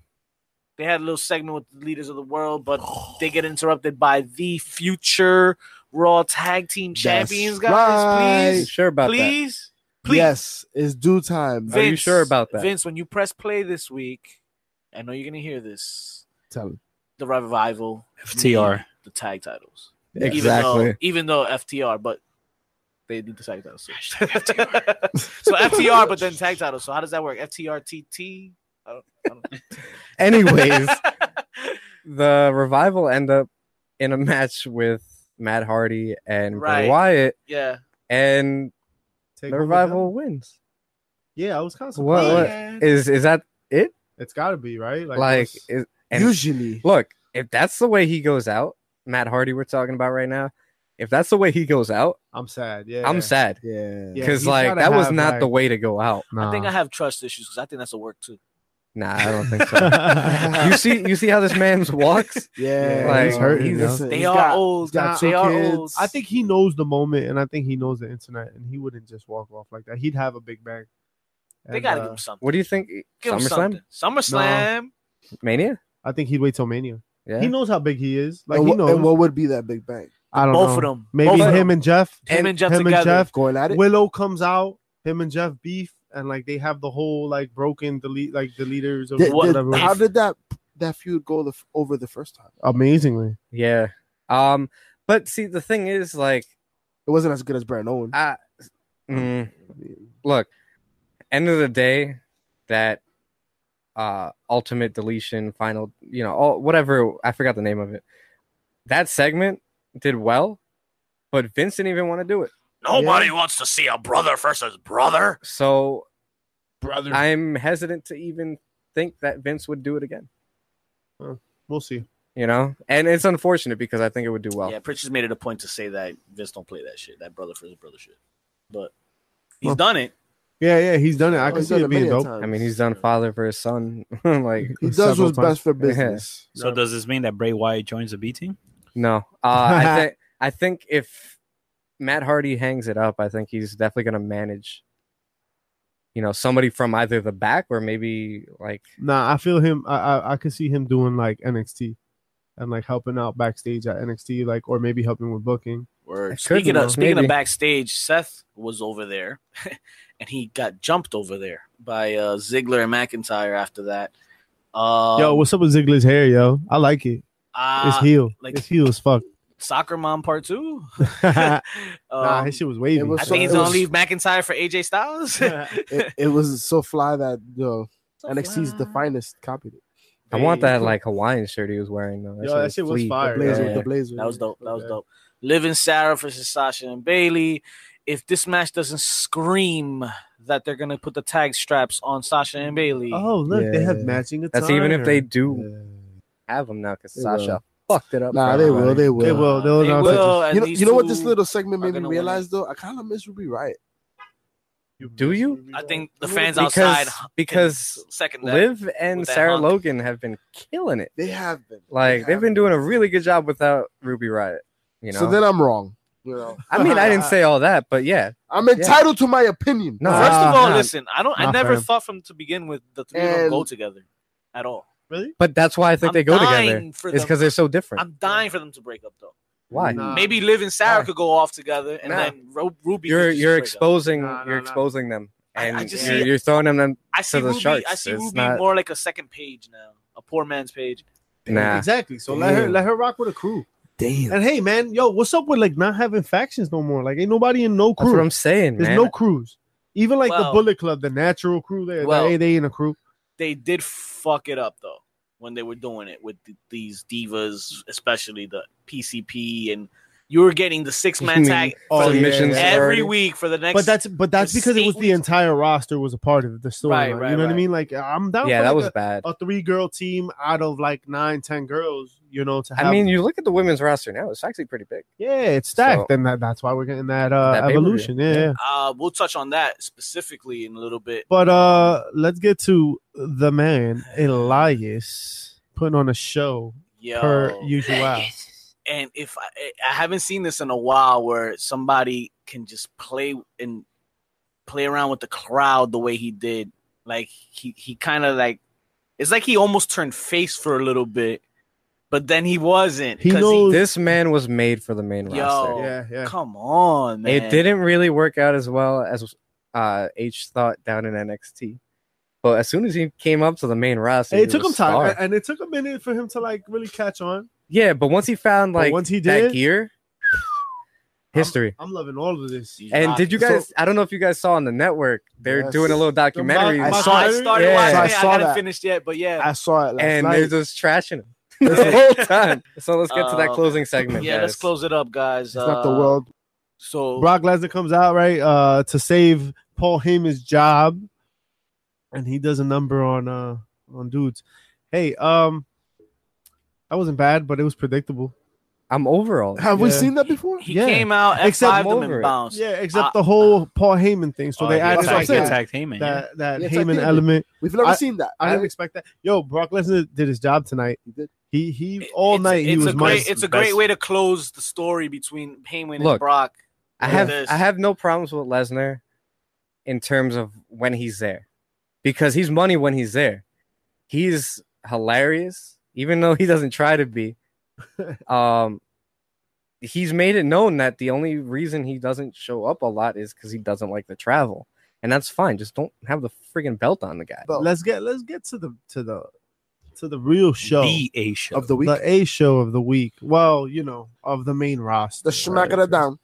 S1: they had a little segment with the leaders of the world, but they get interrupted by the future Raw Tag Team
S4: That's
S1: Champions,
S4: right.
S1: guys.
S6: You
S1: Please,
S6: sure about that?
S1: please, please.
S4: Yes, it's due time.
S6: Are you sure about that?
S1: Vince? When you press play this week, I know you're gonna hear this.
S4: Tell him.
S1: The revival,
S5: FTR.
S1: the tag titles,
S6: Exactly.
S1: Even though, even though FTR, but they do the tag titles. So. so FTR, but then tag titles. So how does that work? FTR TT. I don't, I don't
S6: Anyways, the revival end up in a match with Matt Hardy and Bray
S1: Right.
S6: Wyatt,
S1: yeah.
S6: and
S2: Take
S6: the
S2: over
S6: revival
S2: them.
S6: wins.
S2: Yeah, I was kind of
S6: What,
S2: surprised.
S6: what is is that? It
S2: It's got to be right.
S6: like,
S2: what's-
S6: is, and
S4: Usually,
S6: look if that's the way he goes out, Matt Hardy we're talking about right now. If that's the way he goes out,
S2: I'm sad. Yeah,
S6: I'm sad
S4: yeah.
S2: Yeah,
S6: because
S2: he's
S6: like
S2: gotta
S6: that was
S2: have,
S6: not
S2: like-
S6: the way to go out.
S1: I think I have trust issues because I think that's a work too.
S6: Nah, I don't think so. you see, you see how this man walks.
S4: Yeah,
S6: Like,
S4: he's hurting.
S6: he's-
S4: yo.
S1: They
S4: He's
S1: are
S4: got-
S1: old.
S4: he's got
S1: they
S4: two
S1: are
S4: kids.
S1: old.
S2: I think he knows the moment, and I think he knows the internet, and he wouldn't just walk off like that. He'd have a big bang.
S1: they
S2: And,
S1: gotta
S2: uh,
S1: give him something.
S6: What do you think?
S1: Give him
S6: SummerSlam,
S1: something. SummerSlam.
S6: Mania.
S2: uh, I think he'd wait till Mania.
S6: Yeah,
S2: He knows how big he is. Like
S4: and,
S2: he
S4: what,
S2: knows.
S4: and what would be that big bang?
S2: I don't
S1: Both
S2: know.
S1: of them.
S2: Maybe
S1: Both of
S2: him
S1: them.
S2: and Jeff.
S1: Him and Jeff
S2: him
S1: together.
S2: and Jeff.
S4: Going at it.
S2: Willow comes out. Him and Jeff beef, and like they have the whole like broken delete like the leaders of
S4: Did- did-
S2: whatever.
S4: how did that that feud go the, f- over the first time?
S2: Amazingly,
S6: yeah. Um, but see, the thing is, like,
S4: It wasn't as good as Brand Owen.
S6: I mm, look. End of the day, that uh ultimate deletion, final, you know, all whatever. I forgot the name of it. That segment did well, but Vince didn't even want to do it.
S4: Nobody
S1: wants to see a brother versus brother.
S6: So
S5: Mm.
S1: Brother.
S6: I'm hesitant to even think that Vince would do it again.
S2: we'll see.
S6: You know, and it's unfortunate because I think it would do well.
S1: yeah, Pritchard's made it a point to say that Vince don't play that shit, that brother versus brother shit. But he's
S2: Well,
S1: done it.
S2: Yeah, yeah, he's done it. I
S4: Oh,
S2: can
S4: he's
S2: see
S4: done
S2: it
S4: it
S2: being
S4: many a
S2: dope.
S4: time.
S6: I mean, he's done father for his son. like,
S4: He does what's best for business.
S5: So does this mean that Bray Wyatt joins the B team?
S6: no, uh, I think I think if Matt Hardy hangs it up, I think he's definitely going to manage. You know, somebody from either the back or maybe like
S2: Nah, I feel him. I, I I could see him doing like NXT, and like helping out backstage at NXT, like or maybe helping with booking.
S1: Word.
S6: It could
S1: Speaking
S6: be,
S1: of speaking
S6: maybe.
S1: of backstage, Seth was over there, and he got jumped over there by uh, Ziggler and McIntyre. After that, um,
S2: yo, what's up with Ziggler's hair, yo? I like it. It's
S1: uh,
S2: heel.
S1: like-
S2: it's heel as fuck.
S1: soccer mom part two?
S2: nah,
S1: Um,
S2: his shit was wavy.
S4: it was
S1: I
S4: so-
S1: think he's
S4: it
S1: gonna
S4: was-
S1: leave McIntyre for AJ Styles.
S4: It, it was so fly that the NXT's the finest copied it.
S6: I want that like Hawaiian shirt he was wearing though.
S2: Yo, that shit was
S6: fleet.
S2: fire,
S4: Blazer
S6: Yeah.
S4: with the blazer.
S1: That was dope. That was
S2: Okay.
S1: dope. Liv and Sarah versus Sasha and Bailey. If this match doesn't scream that they're gonna put the tag straps on Sasha and uh, Bailey,
S2: oh, look, they have
S4: Yeah.
S2: matching attire.
S6: That's even if they do
S4: Yeah.
S6: have him now because
S4: They
S6: Sasha fucked it up.
S4: Nah,
S6: for
S4: they will.
S6: everybody.
S4: They will.
S2: They will. They'll
S1: They
S2: announce it.
S1: will, and
S4: You know,
S1: these
S4: you know what this
S1: two-
S4: little segment
S1: are
S4: made me
S1: gonna win
S4: realize though? I kind of miss Ruby Riot.
S6: Do you?
S1: I think the fans
S6: Because-
S1: outside
S6: because
S1: second that.
S6: Liv and
S1: with that
S6: Sarah
S1: honk.
S6: Logan have been killing it.
S4: They have been.
S6: Like
S4: They
S6: they've
S4: have
S6: been doing a really good job without Ruby Riot. You know.
S4: So then I'm wrong. You know,
S6: I mean, I didn't say all that, but yeah.
S4: I'm entitled to my opinion.
S6: No,
S1: First of all,
S6: nah.
S1: listen, I don't. I
S2: Nah,
S1: never
S2: fam.
S1: thought from to begin with the three of them
S4: And-
S1: go together at all.
S6: But that's why I think
S1: I'm
S6: they go together.
S1: dying for
S6: It's
S1: them.
S6: because they're so different.
S1: I'm dying for them to break up though.
S6: why?
S2: Nah.
S1: Maybe Liv and Sarah
S6: nah.
S1: could go off together, and
S6: Nah.
S1: then Ru- Ruby. could
S6: You're
S1: just
S6: you're
S1: break up.
S6: exposing
S2: Nah, nah,
S6: you're
S2: nah.
S6: exposing them,
S1: I- I
S6: and
S1: just
S6: you're,
S1: see-
S6: you're throwing them. them
S1: I see
S6: the
S1: Ruby. I
S6: sharks.
S1: see
S6: It's
S1: Ruby
S6: not-
S1: more like a second page now, a poor man's page.
S6: nah,
S2: Exactly. So let her
S4: Damn.
S2: let her rock with a crew.
S4: Damn.
S2: And hey, man, yo, what's up with like not having factions no more? Like, ain't nobody in no
S6: that's
S2: crew.
S6: what I'm saying,
S2: There's
S6: man.
S2: no crews. Even like the
S1: Well-
S2: Bullet Club, the natural crew, there,
S1: Well-
S2: they, they ain't a crew.
S1: They did fuck it up though when they were doing it with th- these divas, especially the PCP and you were getting the six man tag
S2: Oh,
S1: for the-
S6: Submissions
S2: yeah.
S1: every
S6: already.
S1: week for the next.
S2: But that's but that's because it was the
S1: distinct-
S2: entire roster was a part of the storyline.
S1: Right,
S2: you
S1: right,
S2: know what I
S1: right.
S2: mean? Like I'm down.
S6: yeah,
S2: for
S6: that
S2: like
S6: was
S2: a,
S6: bad.
S2: a three girl team out of like nine, ten girls. You know, to have
S6: I mean, you look at the women's roster now; it's actually pretty big.
S2: yeah, it's stacked,
S6: So-
S2: and that, that's why we're getting that, uh,
S6: That pay-per-view.
S2: evolution. Yeah,
S6: Yeah.
S2: yeah.
S1: Uh, we'll touch on that specifically in a little bit.
S2: But uh, let's get to the man Elias putting on a show
S1: Yeah.
S2: per usual.
S1: and if I, I haven't seen this in a while where somebody can just play and play around with the crowd the way he did like he he kind of like it's like he almost turned face for a little bit but then he wasn't
S2: He
S1: 'cause
S2: knows-
S6: This man was made for the main
S1: Yo.
S6: roster.
S2: Yeah, yeah.
S1: come on man
S6: It didn't really work out as well as uh, H thought down in NXT, but as soon as he came up to the main roster,
S2: It
S6: he
S2: took him
S6: was
S2: time,
S6: star.
S2: and it took a minute for him to like really catch on.
S6: Yeah, but once he found
S2: But
S6: like
S2: once he
S6: that
S2: did-
S6: gear, history.
S2: I'm loving all of this.
S6: and did you
S2: So-
S6: guys? I don't know if you guys saw on the network they're
S4: Yes.
S6: doing a little documentary,
S2: I
S1: I,
S2: saw it.
S1: started
S6: Yeah.
S1: watching
S6: So
S1: it.
S4: I
S1: I,
S4: saw
S1: haven't
S4: that.
S1: finished yet but yeah
S4: I saw it last
S6: and they're
S4: night.
S6: just trashing him this whole time. So let's get to that
S1: Um,
S6: closing segment.
S1: yeah let's
S6: guys.
S1: close it up guys Uh,
S4: it's not the world.
S1: so
S2: Brock Lesnar comes out right uh, to save Paul Heyman's job, and he does a number on uh, on dudes. Hey, um, that wasn't bad, but it was predictable.
S6: I'm overall.
S4: Have we
S2: Yeah.
S4: seen that before?
S1: he
S2: yeah.
S1: came out
S2: Except
S1: F5 them
S6: over
S1: and
S6: it.
S1: bounced
S2: Yeah, except the whole Paul Heyman thing. So
S5: Oh,
S2: they
S5: he
S2: added
S4: that's what I'm
S5: attacked,
S2: like
S5: he
S4: saying.
S2: that
S5: attacked Heyman. yeah.
S2: that, that
S4: Yeah, it's like
S2: Heyman
S4: David.
S2: element.
S4: We've never
S2: I-
S4: seen that.
S2: I didn't expect that. Yo, Brock Lesnar did his job tonight.
S4: He did.
S2: He he all
S1: It's-
S2: night he
S1: it's
S2: was
S1: a great,
S2: must.
S1: it's a great
S5: Best-
S1: way to close the story between Heyman and
S6: Look,
S1: Brock.
S6: I
S1: Yeah.
S6: have
S1: This.
S6: I have no problems with Lesnar in terms of when he's there because he's money when he's there. He's hilarious, even though he doesn't try to be. um, he's made it known that the only reason he doesn't show up a lot is because he doesn't like to travel, and that's fine. Just don't have the friggin' belt on the guy.
S4: But
S2: Let's get let's get to the to the to the real show.
S5: The A show.
S4: of the week,
S2: the A show of the week. Well, you know, of the main roster.
S4: the smack of the down,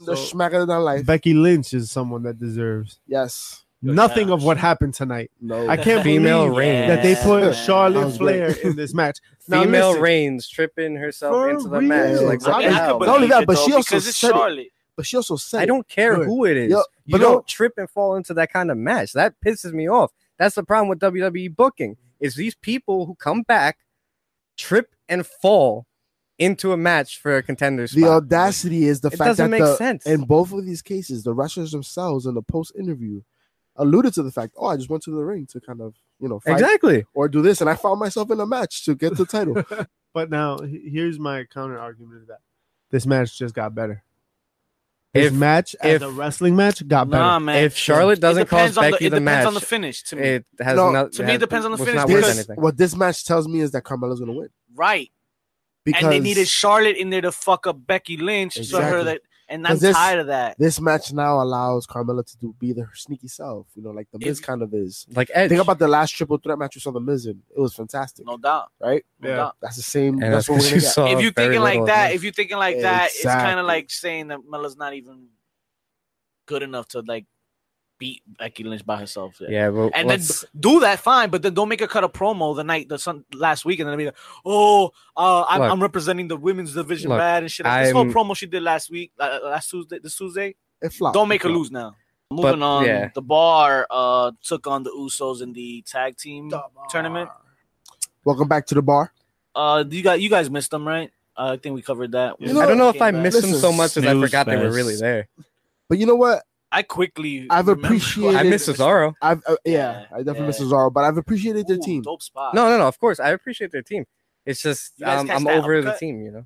S4: the
S2: So-
S4: smack of the down life.
S2: Becky Lynch is someone that deserves
S4: yes,
S2: nothing
S1: yeah.
S2: of what happened tonight.
S4: no.
S2: I can't
S6: Female
S2: believe
S6: Reigns.
S2: that they put
S1: Yeah.
S4: That
S2: Charlotte
S4: was
S2: Flair
S4: great.
S2: in this match. Now,
S6: Female
S2: listen,
S6: Reigns tripping herself
S2: For
S6: into the
S2: real?
S6: match. Like,
S4: I
S6: what
S4: mean,
S6: the
S4: I
S6: hell?
S4: could believe- Not only that, but she also
S1: because it's
S4: said it.
S1: Charlotte.
S4: but she also said
S6: I don't care
S4: Good.
S6: who it is.
S4: Yeah,
S6: you
S4: but
S6: don't
S4: no.
S6: trip and fall into that kind of match. That pisses me off. That's the problem with WWE booking. Is these people who come back trip and fall into a match for a contender
S4: it. The
S6: spot.
S4: audacity is the
S6: it
S4: fact
S6: doesn't
S4: that
S6: make
S4: the,
S6: sense.
S4: in both of these cases, the wrestlers themselves in the post interview alluded to the fact, "Oh, I just went to the ring to kind of you know fight
S6: exactly.
S4: or do this, and I found myself in a match to get the title."
S2: But now he- here's my counter argument to that. This match just got better. This
S6: If
S2: match as
S6: if-
S2: a wrestling match got better.
S1: Nah, man.
S6: If Charlotte doesn't
S1: it depends
S6: cost
S1: on
S6: Becky
S1: the, it
S6: the
S1: depends
S6: match,
S1: on the finish to me.
S6: it has
S4: No,
S6: not.
S1: to me, it
S6: has-
S1: depends on the
S6: was
S1: finish
S6: not worth
S4: this,
S1: because-
S6: anything.
S4: what this match tells me is that Carmella's gonna win
S1: right.
S4: because
S1: and they needed Charlotte in there to fuck up Becky Lynch. So her
S4: Exactly.
S1: that, and I'm
S4: 'Cause this-
S1: tired of that.
S4: this match now allows Carmella to do be the, her sneaky self, you know, like the Miz
S1: If-
S4: kind of is.
S6: Like Edge.
S4: Think about the last triple threat match you saw the Miz in. It was fantastic,
S1: No doubt.
S4: right?
S1: No
S2: Yeah.
S1: doubt.
S4: That's the same.
S6: and
S4: that's
S6: that's
S4: what we're
S6: what
S4: gonna
S6: you
S4: get.
S6: saw.
S1: if you're
S6: Oh, very
S1: thinking like
S6: little of
S1: that,
S6: this.
S1: if you're thinking like that, it's kind
S4: Exactly.
S1: of like saying that Mella's not even good enough to like beat Becky Lynch by herself. yet.
S6: yeah, but
S1: And then
S6: let's-
S1: do that fine, but then don't make a cut a promo the night the sun last week and then be like, oh, uh, I'm,
S6: Look.
S1: I'm representing the women's division
S6: Look,
S1: bad and shit. Like, this whole
S6: I'm-
S1: promo she did last week, uh, last Tuesday, this Tuesday,
S4: It flopped.
S1: don't make her
S4: It flopped.
S1: lose now. Moving on,
S6: Oh, yeah.
S1: the bar uh, took on the Usos in the tag team tournament.
S4: Welcome back to the bar.
S1: Uh, you got you guys missed them, right? Uh, I think we covered that.
S2: You know-
S6: I don't know if
S1: Came
S6: I
S1: back.
S6: missed them so
S4: Listen,
S6: much as I
S5: snooze
S6: forgot they were
S5: fest.
S6: really there.
S4: But you know what?
S1: I quickly.
S4: I've
S1: remembered-
S4: appreciated-
S6: I
S4: It
S6: miss Cesaro.
S4: I've uh, yeah,
S1: Yeah,
S4: I definitely miss
S1: yeah.
S4: Cesaro, but I've appreciated their
S1: Ooh,
S4: team.
S1: Dope spot.
S6: No, no, no. Of course, I appreciate their team. It's just
S1: You guys
S6: um,
S1: catch
S6: I'm
S1: that
S6: over the
S1: uppercut?
S6: team, you know.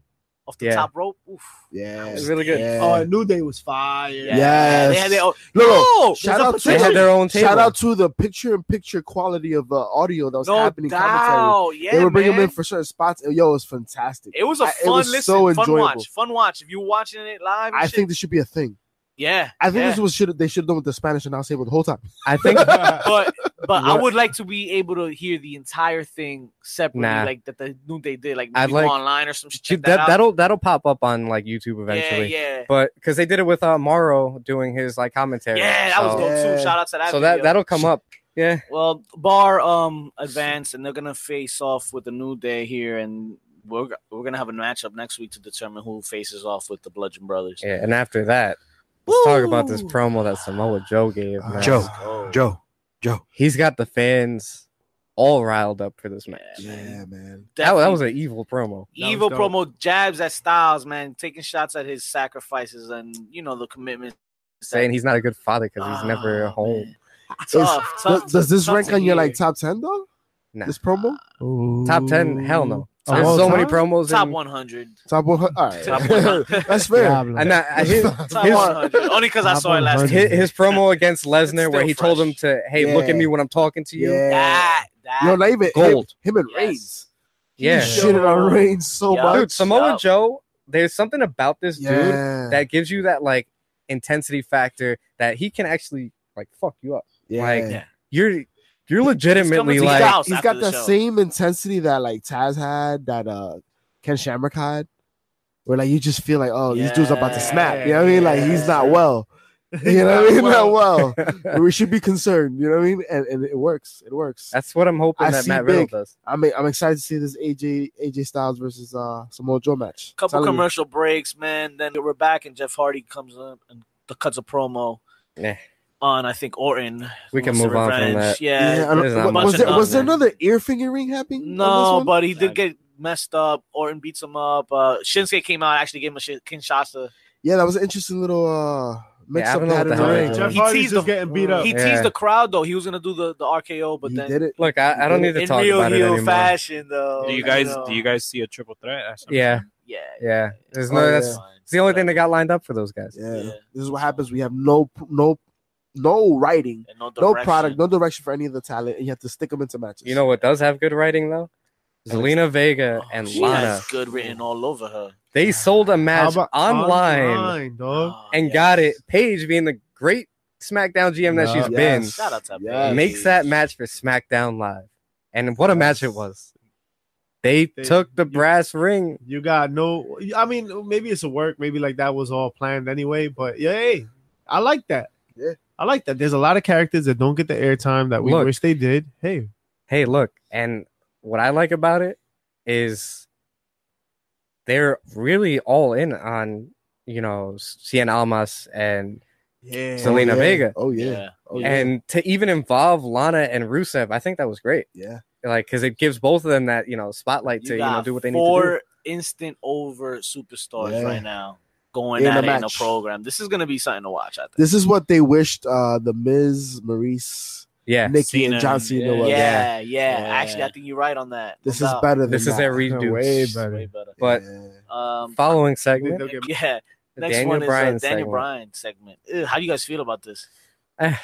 S1: Off the
S6: Yeah.
S1: top rope. Oof.
S4: Yeah,
S6: It's really good.
S4: Yeah.
S2: Oh, I knew they was fire.
S1: Yeah.
S4: Yes.
S1: They had their own.
S4: No, no.
S1: No!
S4: Shout
S1: There's a
S4: out to
S6: They had
S1: potential-
S6: their own table.
S4: Shout out to the picture-in-picture quality of uh, audio that was
S1: no
S4: happening. Commentary.
S1: doubt. Yeah,
S4: they were bringing
S1: man.
S4: them in for certain spots. Yo, it was fantastic.
S1: It was a
S4: I-
S1: fun
S4: it was
S1: listen,
S4: so
S1: fun
S4: enjoyable.
S1: watch, fun watch. If you're watching it live, and
S4: I
S1: shit,
S4: think this should be a thing.
S1: yeah,
S4: I think
S1: yeah.
S4: this was should they should have done with the Spanish announce table the whole time.
S6: I think
S1: but but I
S6: What?
S1: would like to be able to hear the entire thing separately,
S6: Nah.
S1: like that the new they did, like
S6: I'd
S1: maybe
S6: like-
S1: go online or some shit.
S6: Dude,
S1: check
S6: that,
S1: out.
S6: that'll that'll pop up on like YouTube
S1: yeah,
S6: eventually.
S1: yeah,
S6: But because they did it with uh, Morrow doing his like commentary.
S1: yeah, that was
S6: so,
S1: dope
S4: Yeah.
S1: too. Shout out to that.
S6: So that
S1: video.
S6: that'll come up. Yeah,
S1: well, Bar um advanced and they're gonna face off with the new day here, and we're we're gonna have a matchup next week to determine who faces off with the Bludgeon Brothers.
S6: Yeah, and after that, let's talk about this promo that Samoa Joe gave. man.
S7: Joe. Joe.
S6: he's got the fans all riled up for this match.
S4: Yeah, man.
S6: That, wa- that was an evil promo. That was
S1: evil
S6: dope.
S1: promo jabs at Styles, man, taking shots at his sacrifices and you know the commitment.
S6: saying he's not a good father because he's never
S1: Ah,
S6: home.
S1: man. Tough,
S4: Does-
S1: tough,
S4: does, this
S1: tough
S4: rank
S1: to
S4: on your
S1: hear.
S4: like top ten though?
S6: Nah.
S4: This promo
S6: Top ten? Hell
S4: Mm.
S6: no. There's
S2: all
S6: so many
S2: time?
S6: promos.
S1: top
S6: in,
S1: 100.
S4: top one. hun- All right,
S1: Top 100.
S4: that's fair.
S2: Diablo.
S6: And that, his,
S1: Top
S6: his-
S1: 100. Only because I
S2: Top
S1: saw it last.
S2: 100.
S1: week.
S6: his, his promo against
S1: still
S6: Lesnar where he told
S1: fresh.
S6: him to, hey, look
S4: Yeah.
S6: at me when I'm talking to you.
S4: Yeah.
S1: That that
S4: Yo, not even
S6: Gold.
S4: Him, him and
S1: Yes.
S4: Reigns.
S6: Yeah.
S4: He shitted on Reigns so
S1: Yeah.
S4: much.
S6: Dude, Samoa
S1: Yeah.
S6: Joe, there's something about this dude
S4: yeah.
S6: that gives you that like intensity factor that he can actually like fuck you up.
S4: yeah.
S6: like, You're you're legitimately
S1: to
S4: he's
S1: Like-
S6: like
S1: Dallas.
S4: got, he's got
S1: after the
S4: the
S1: show.
S4: same intensity that like Taz had, that uh Ken Shamrock had, where like you just feel like, oh, these dude's about to snap. You know what I mean? Like he's not well. You know what I mean? Not well. we should be concerned. You know what I mean? And, and it works. It works.
S6: that's what I'm hoping
S4: I
S6: that
S4: see
S6: Matt Riddle
S4: big.
S6: does.
S4: I'm I'm excited to see this AJ AJ Styles versus uh Samoa Joe match.
S1: couple
S4: Telling you.
S1: commercial breaks, man. Then we're back, and Jeff Hardy comes up and cuts a promo
S6: Yeah.
S1: on, I think, Orton.
S6: We can
S1: Wants to
S6: move on from
S1: revenge.
S6: that.
S1: Yeah.
S4: Yeah, I don't-
S6: there's not
S4: was
S1: much
S4: there was
S1: enough,
S4: there
S6: man.
S4: another ear fingering happening? on this
S1: No,
S4: one?
S1: but he did get messed up. Orton beats him up. Uh, Shinsuke came out, actually gave him a shi- Kinshasa.
S4: yeah, that was an interesting little uh mix
S6: I
S4: up
S6: don't know what
S4: had
S6: the
S4: in
S6: hell
S4: the
S6: they
S4: ring.
S6: doing.
S2: Jeff
S1: He
S2: Hardy's
S1: teased
S2: just
S1: the-
S2: getting beat up.
S1: He
S6: Yeah.
S1: teased the crowd, though. He was going to do the, the RKO, but
S4: he
S1: then
S4: did it.
S6: Look, I, I don't need to
S1: in
S6: talk
S1: real
S6: about it
S1: heel
S6: anymore.
S1: fashion, though.
S5: Do you guys
S1: know.
S5: do you guys see a triple threat? at SummerSlam?
S6: Yeah,
S1: Yeah.
S6: yeah. There's
S4: Oh,
S6: no.
S4: yeah.
S6: That's it's the only thing they got lined up for those guys.
S4: Yeah.
S1: Yeah.
S4: This is what happens. We have no no no writing,
S1: And no,
S4: no product, no direction for any of the talent, and you have to stick them into matches.
S6: You know what does have good writing though? Zelina Vega and
S1: She
S6: Lana.
S1: has good written all over her.
S6: They sold a
S2: How
S6: match
S2: about
S6: online,
S2: dog.
S1: Ah,
S6: and
S1: yes.
S6: got it. Paige being the great SmackDown GM that
S2: Nah.
S6: she's
S4: Yes.
S1: Shout out to
S4: Yes.
S6: been,
S1: Paige.
S6: makes that match for SmackDown Live. And what a match it
S4: Yes.
S6: was. They,
S2: They-
S6: took the
S2: you-
S6: brass ring.
S2: You got no. I mean, maybe it's a work. Maybe like that was all planned anyway. But yeah, hey, I like that.
S4: Yeah.
S2: I like that. There's a lot of characters that don't get the airtime that we
S6: Look.
S2: wish they did. Hey,
S6: Hey, look, and what I like about it is they're really all in on, you know, Cien Almas and
S4: yeah.
S6: Selena
S4: oh, yeah.
S6: Vega.
S4: Oh
S1: Yeah.
S4: yeah. Oh yeah.
S6: and to even involve Lana and Rusev, I think that was great.
S4: yeah.
S6: Like, because it gives both of them that you know spotlight
S1: You
S6: to you know
S1: got
S6: do what they
S1: four
S6: need to do.
S1: instant over superstars
S4: Yeah.
S1: right now going
S4: In
S1: at
S4: a
S1: it in a
S4: match.
S1: program. This is going to be something to watch. I think.
S4: This is what they wished uh the Miz, Maurice,
S6: Yeah,
S4: Nikki,
S5: Cena,
S4: and John Cena
S5: yeah.
S4: was.
S1: yeah, yeah, Actually,
S5: Yeah.
S1: I think you're right on that.
S4: This
S1: No
S4: is
S1: doubt.
S4: better than
S6: this is
S4: that.
S6: their redo.
S2: way
S1: It's
S2: better.
S1: way better.
S6: But
S4: Yeah.
S1: Um,
S6: following segment,
S2: They'll get-
S1: yeah.
S6: the
S1: Next
S6: Daniel
S1: one is
S6: Bryan
S1: uh, Daniel
S6: segment.
S1: Bryan segment. Ew, how do you guys feel about this?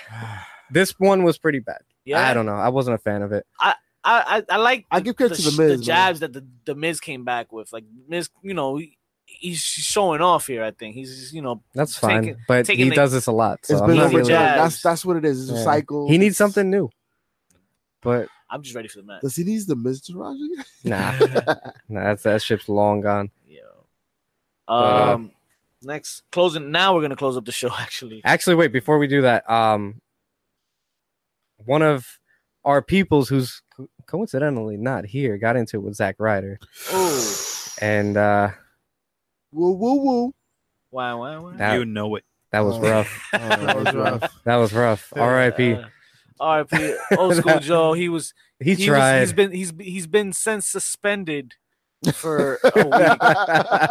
S6: this one was pretty bad.
S1: Yeah,
S6: I don't know. I wasn't a fan of it.
S1: I, I, I like
S4: I give credit
S1: the,
S4: to
S1: sh-
S4: the Miz.
S1: the
S4: man.
S1: jabs that the, the Miz came back with. Like Miz, you know, he- he's showing off here. I think he's you know
S6: That's fine,
S1: Taking-
S6: but
S1: taking
S6: he
S1: the-
S6: does this a lot. So
S4: It's
S6: I'm
S4: been
S6: not
S1: easy
S4: overdone.
S6: really-
S1: jab.
S4: That's that's what it is. It's
S6: Yeah.
S4: a cycle.
S6: He needs something new, but
S1: I'm just ready for the match.
S4: Does he need the Miz to rise again?
S6: nah, nah, that's that ship's long gone.
S1: Yeah. Um. next, closing. Now we're gonna close up the show. Actually,
S6: Actually, wait, before we do that, um, one of our peoples who's co- coincidentally not here got into it with Zack Ryder.
S1: oh,
S6: And uh
S4: Woo woo woo.
S1: wow, wow, wow.
S6: That-
S5: you know it.
S6: that was
S4: Oh.
S6: rough.
S4: Oh, that was rough.
S6: That was rough. R.I.P.
S1: Uh, R.I.P. Old school Joe. He was.
S6: He
S1: was-
S6: tried.
S1: he's been. He's he's been since suspended for a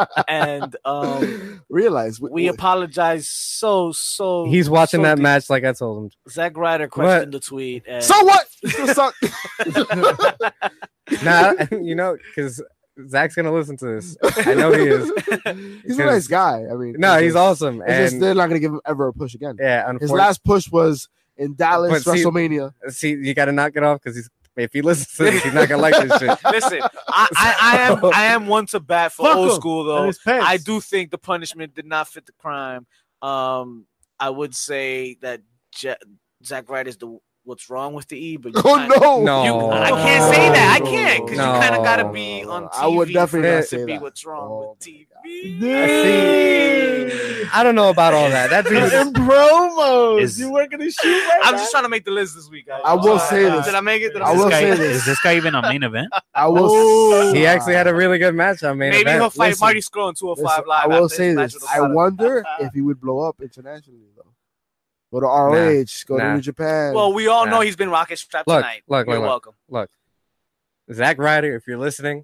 S1: week, and um,
S4: Realize
S1: we apologize so so.
S6: He's watching
S1: so
S6: that
S1: deep.
S6: match like I told him.
S1: Zack Ryder questioned the tweet. And
S4: So what? You still suck.
S6: Nah, you know, because Zach's gonna listen to this. I know he is.
S4: He's a nice guy. I mean,
S6: No,
S4: it's
S6: he's
S4: just-
S6: awesome.
S4: It's just
S6: And
S4: they're not gonna give him ever a push again.
S6: yeah,
S4: His
S6: unfortunately,
S4: last push was in Dallas,
S6: But see-
S4: WrestleMania.
S6: see, you gotta knock it off because he's if he listens to this, he's not gonna like this shit.
S1: Listen, I, I, I am I am one to bat for
S2: Fuck
S1: old
S2: him.
S1: school
S2: and
S1: though.
S2: his pants.
S1: I do think the punishment did not fit the crime. Um, I would say that Je- Zach Wright is the what's wrong with the E, but you
S4: Oh
S1: kinda-
S4: no!
S6: No,
S1: you- I can't say that. I can't because
S6: No.
S1: you kind of got to be on TV
S4: I would definitely
S1: for
S6: not
S1: us
S4: say Oh
S1: to be
S4: that.
S1: what's wrong
S4: Oh
S1: with
S4: my
S1: TV.
S6: I see. I don't know about all that. That dude, is-
S1: in promos.
S5: Is-
S1: you working the shoot right I'm just trying to make the list this week. guys.
S4: I will say
S1: Did
S4: this.
S1: Did I make it? Did
S4: I
S1: make
S5: is
S4: will
S5: this
S1: it?
S5: guy,
S4: say this.
S5: Is this guy even a main event?
S4: I will.
S1: Oh.
S6: he actually had a really good match on main
S1: Maybe
S6: event.
S1: he'll fight
S6: Listen,
S1: Marty Scroll in 205
S4: Listen,
S1: Live.
S4: I will
S1: after
S4: say
S1: his match
S4: this.
S1: with
S4: I
S1: Okada.
S4: wonder if he would blow up internationally though. Go to ROH, go
S6: Nah.
S4: to New Japan.
S1: Well, we all
S6: Nah.
S1: know he's been rocket strapped
S6: Look,
S1: tonight.
S6: look,
S1: You're
S6: look, look.
S1: welcome.
S6: Zack Ryder, if you're listening,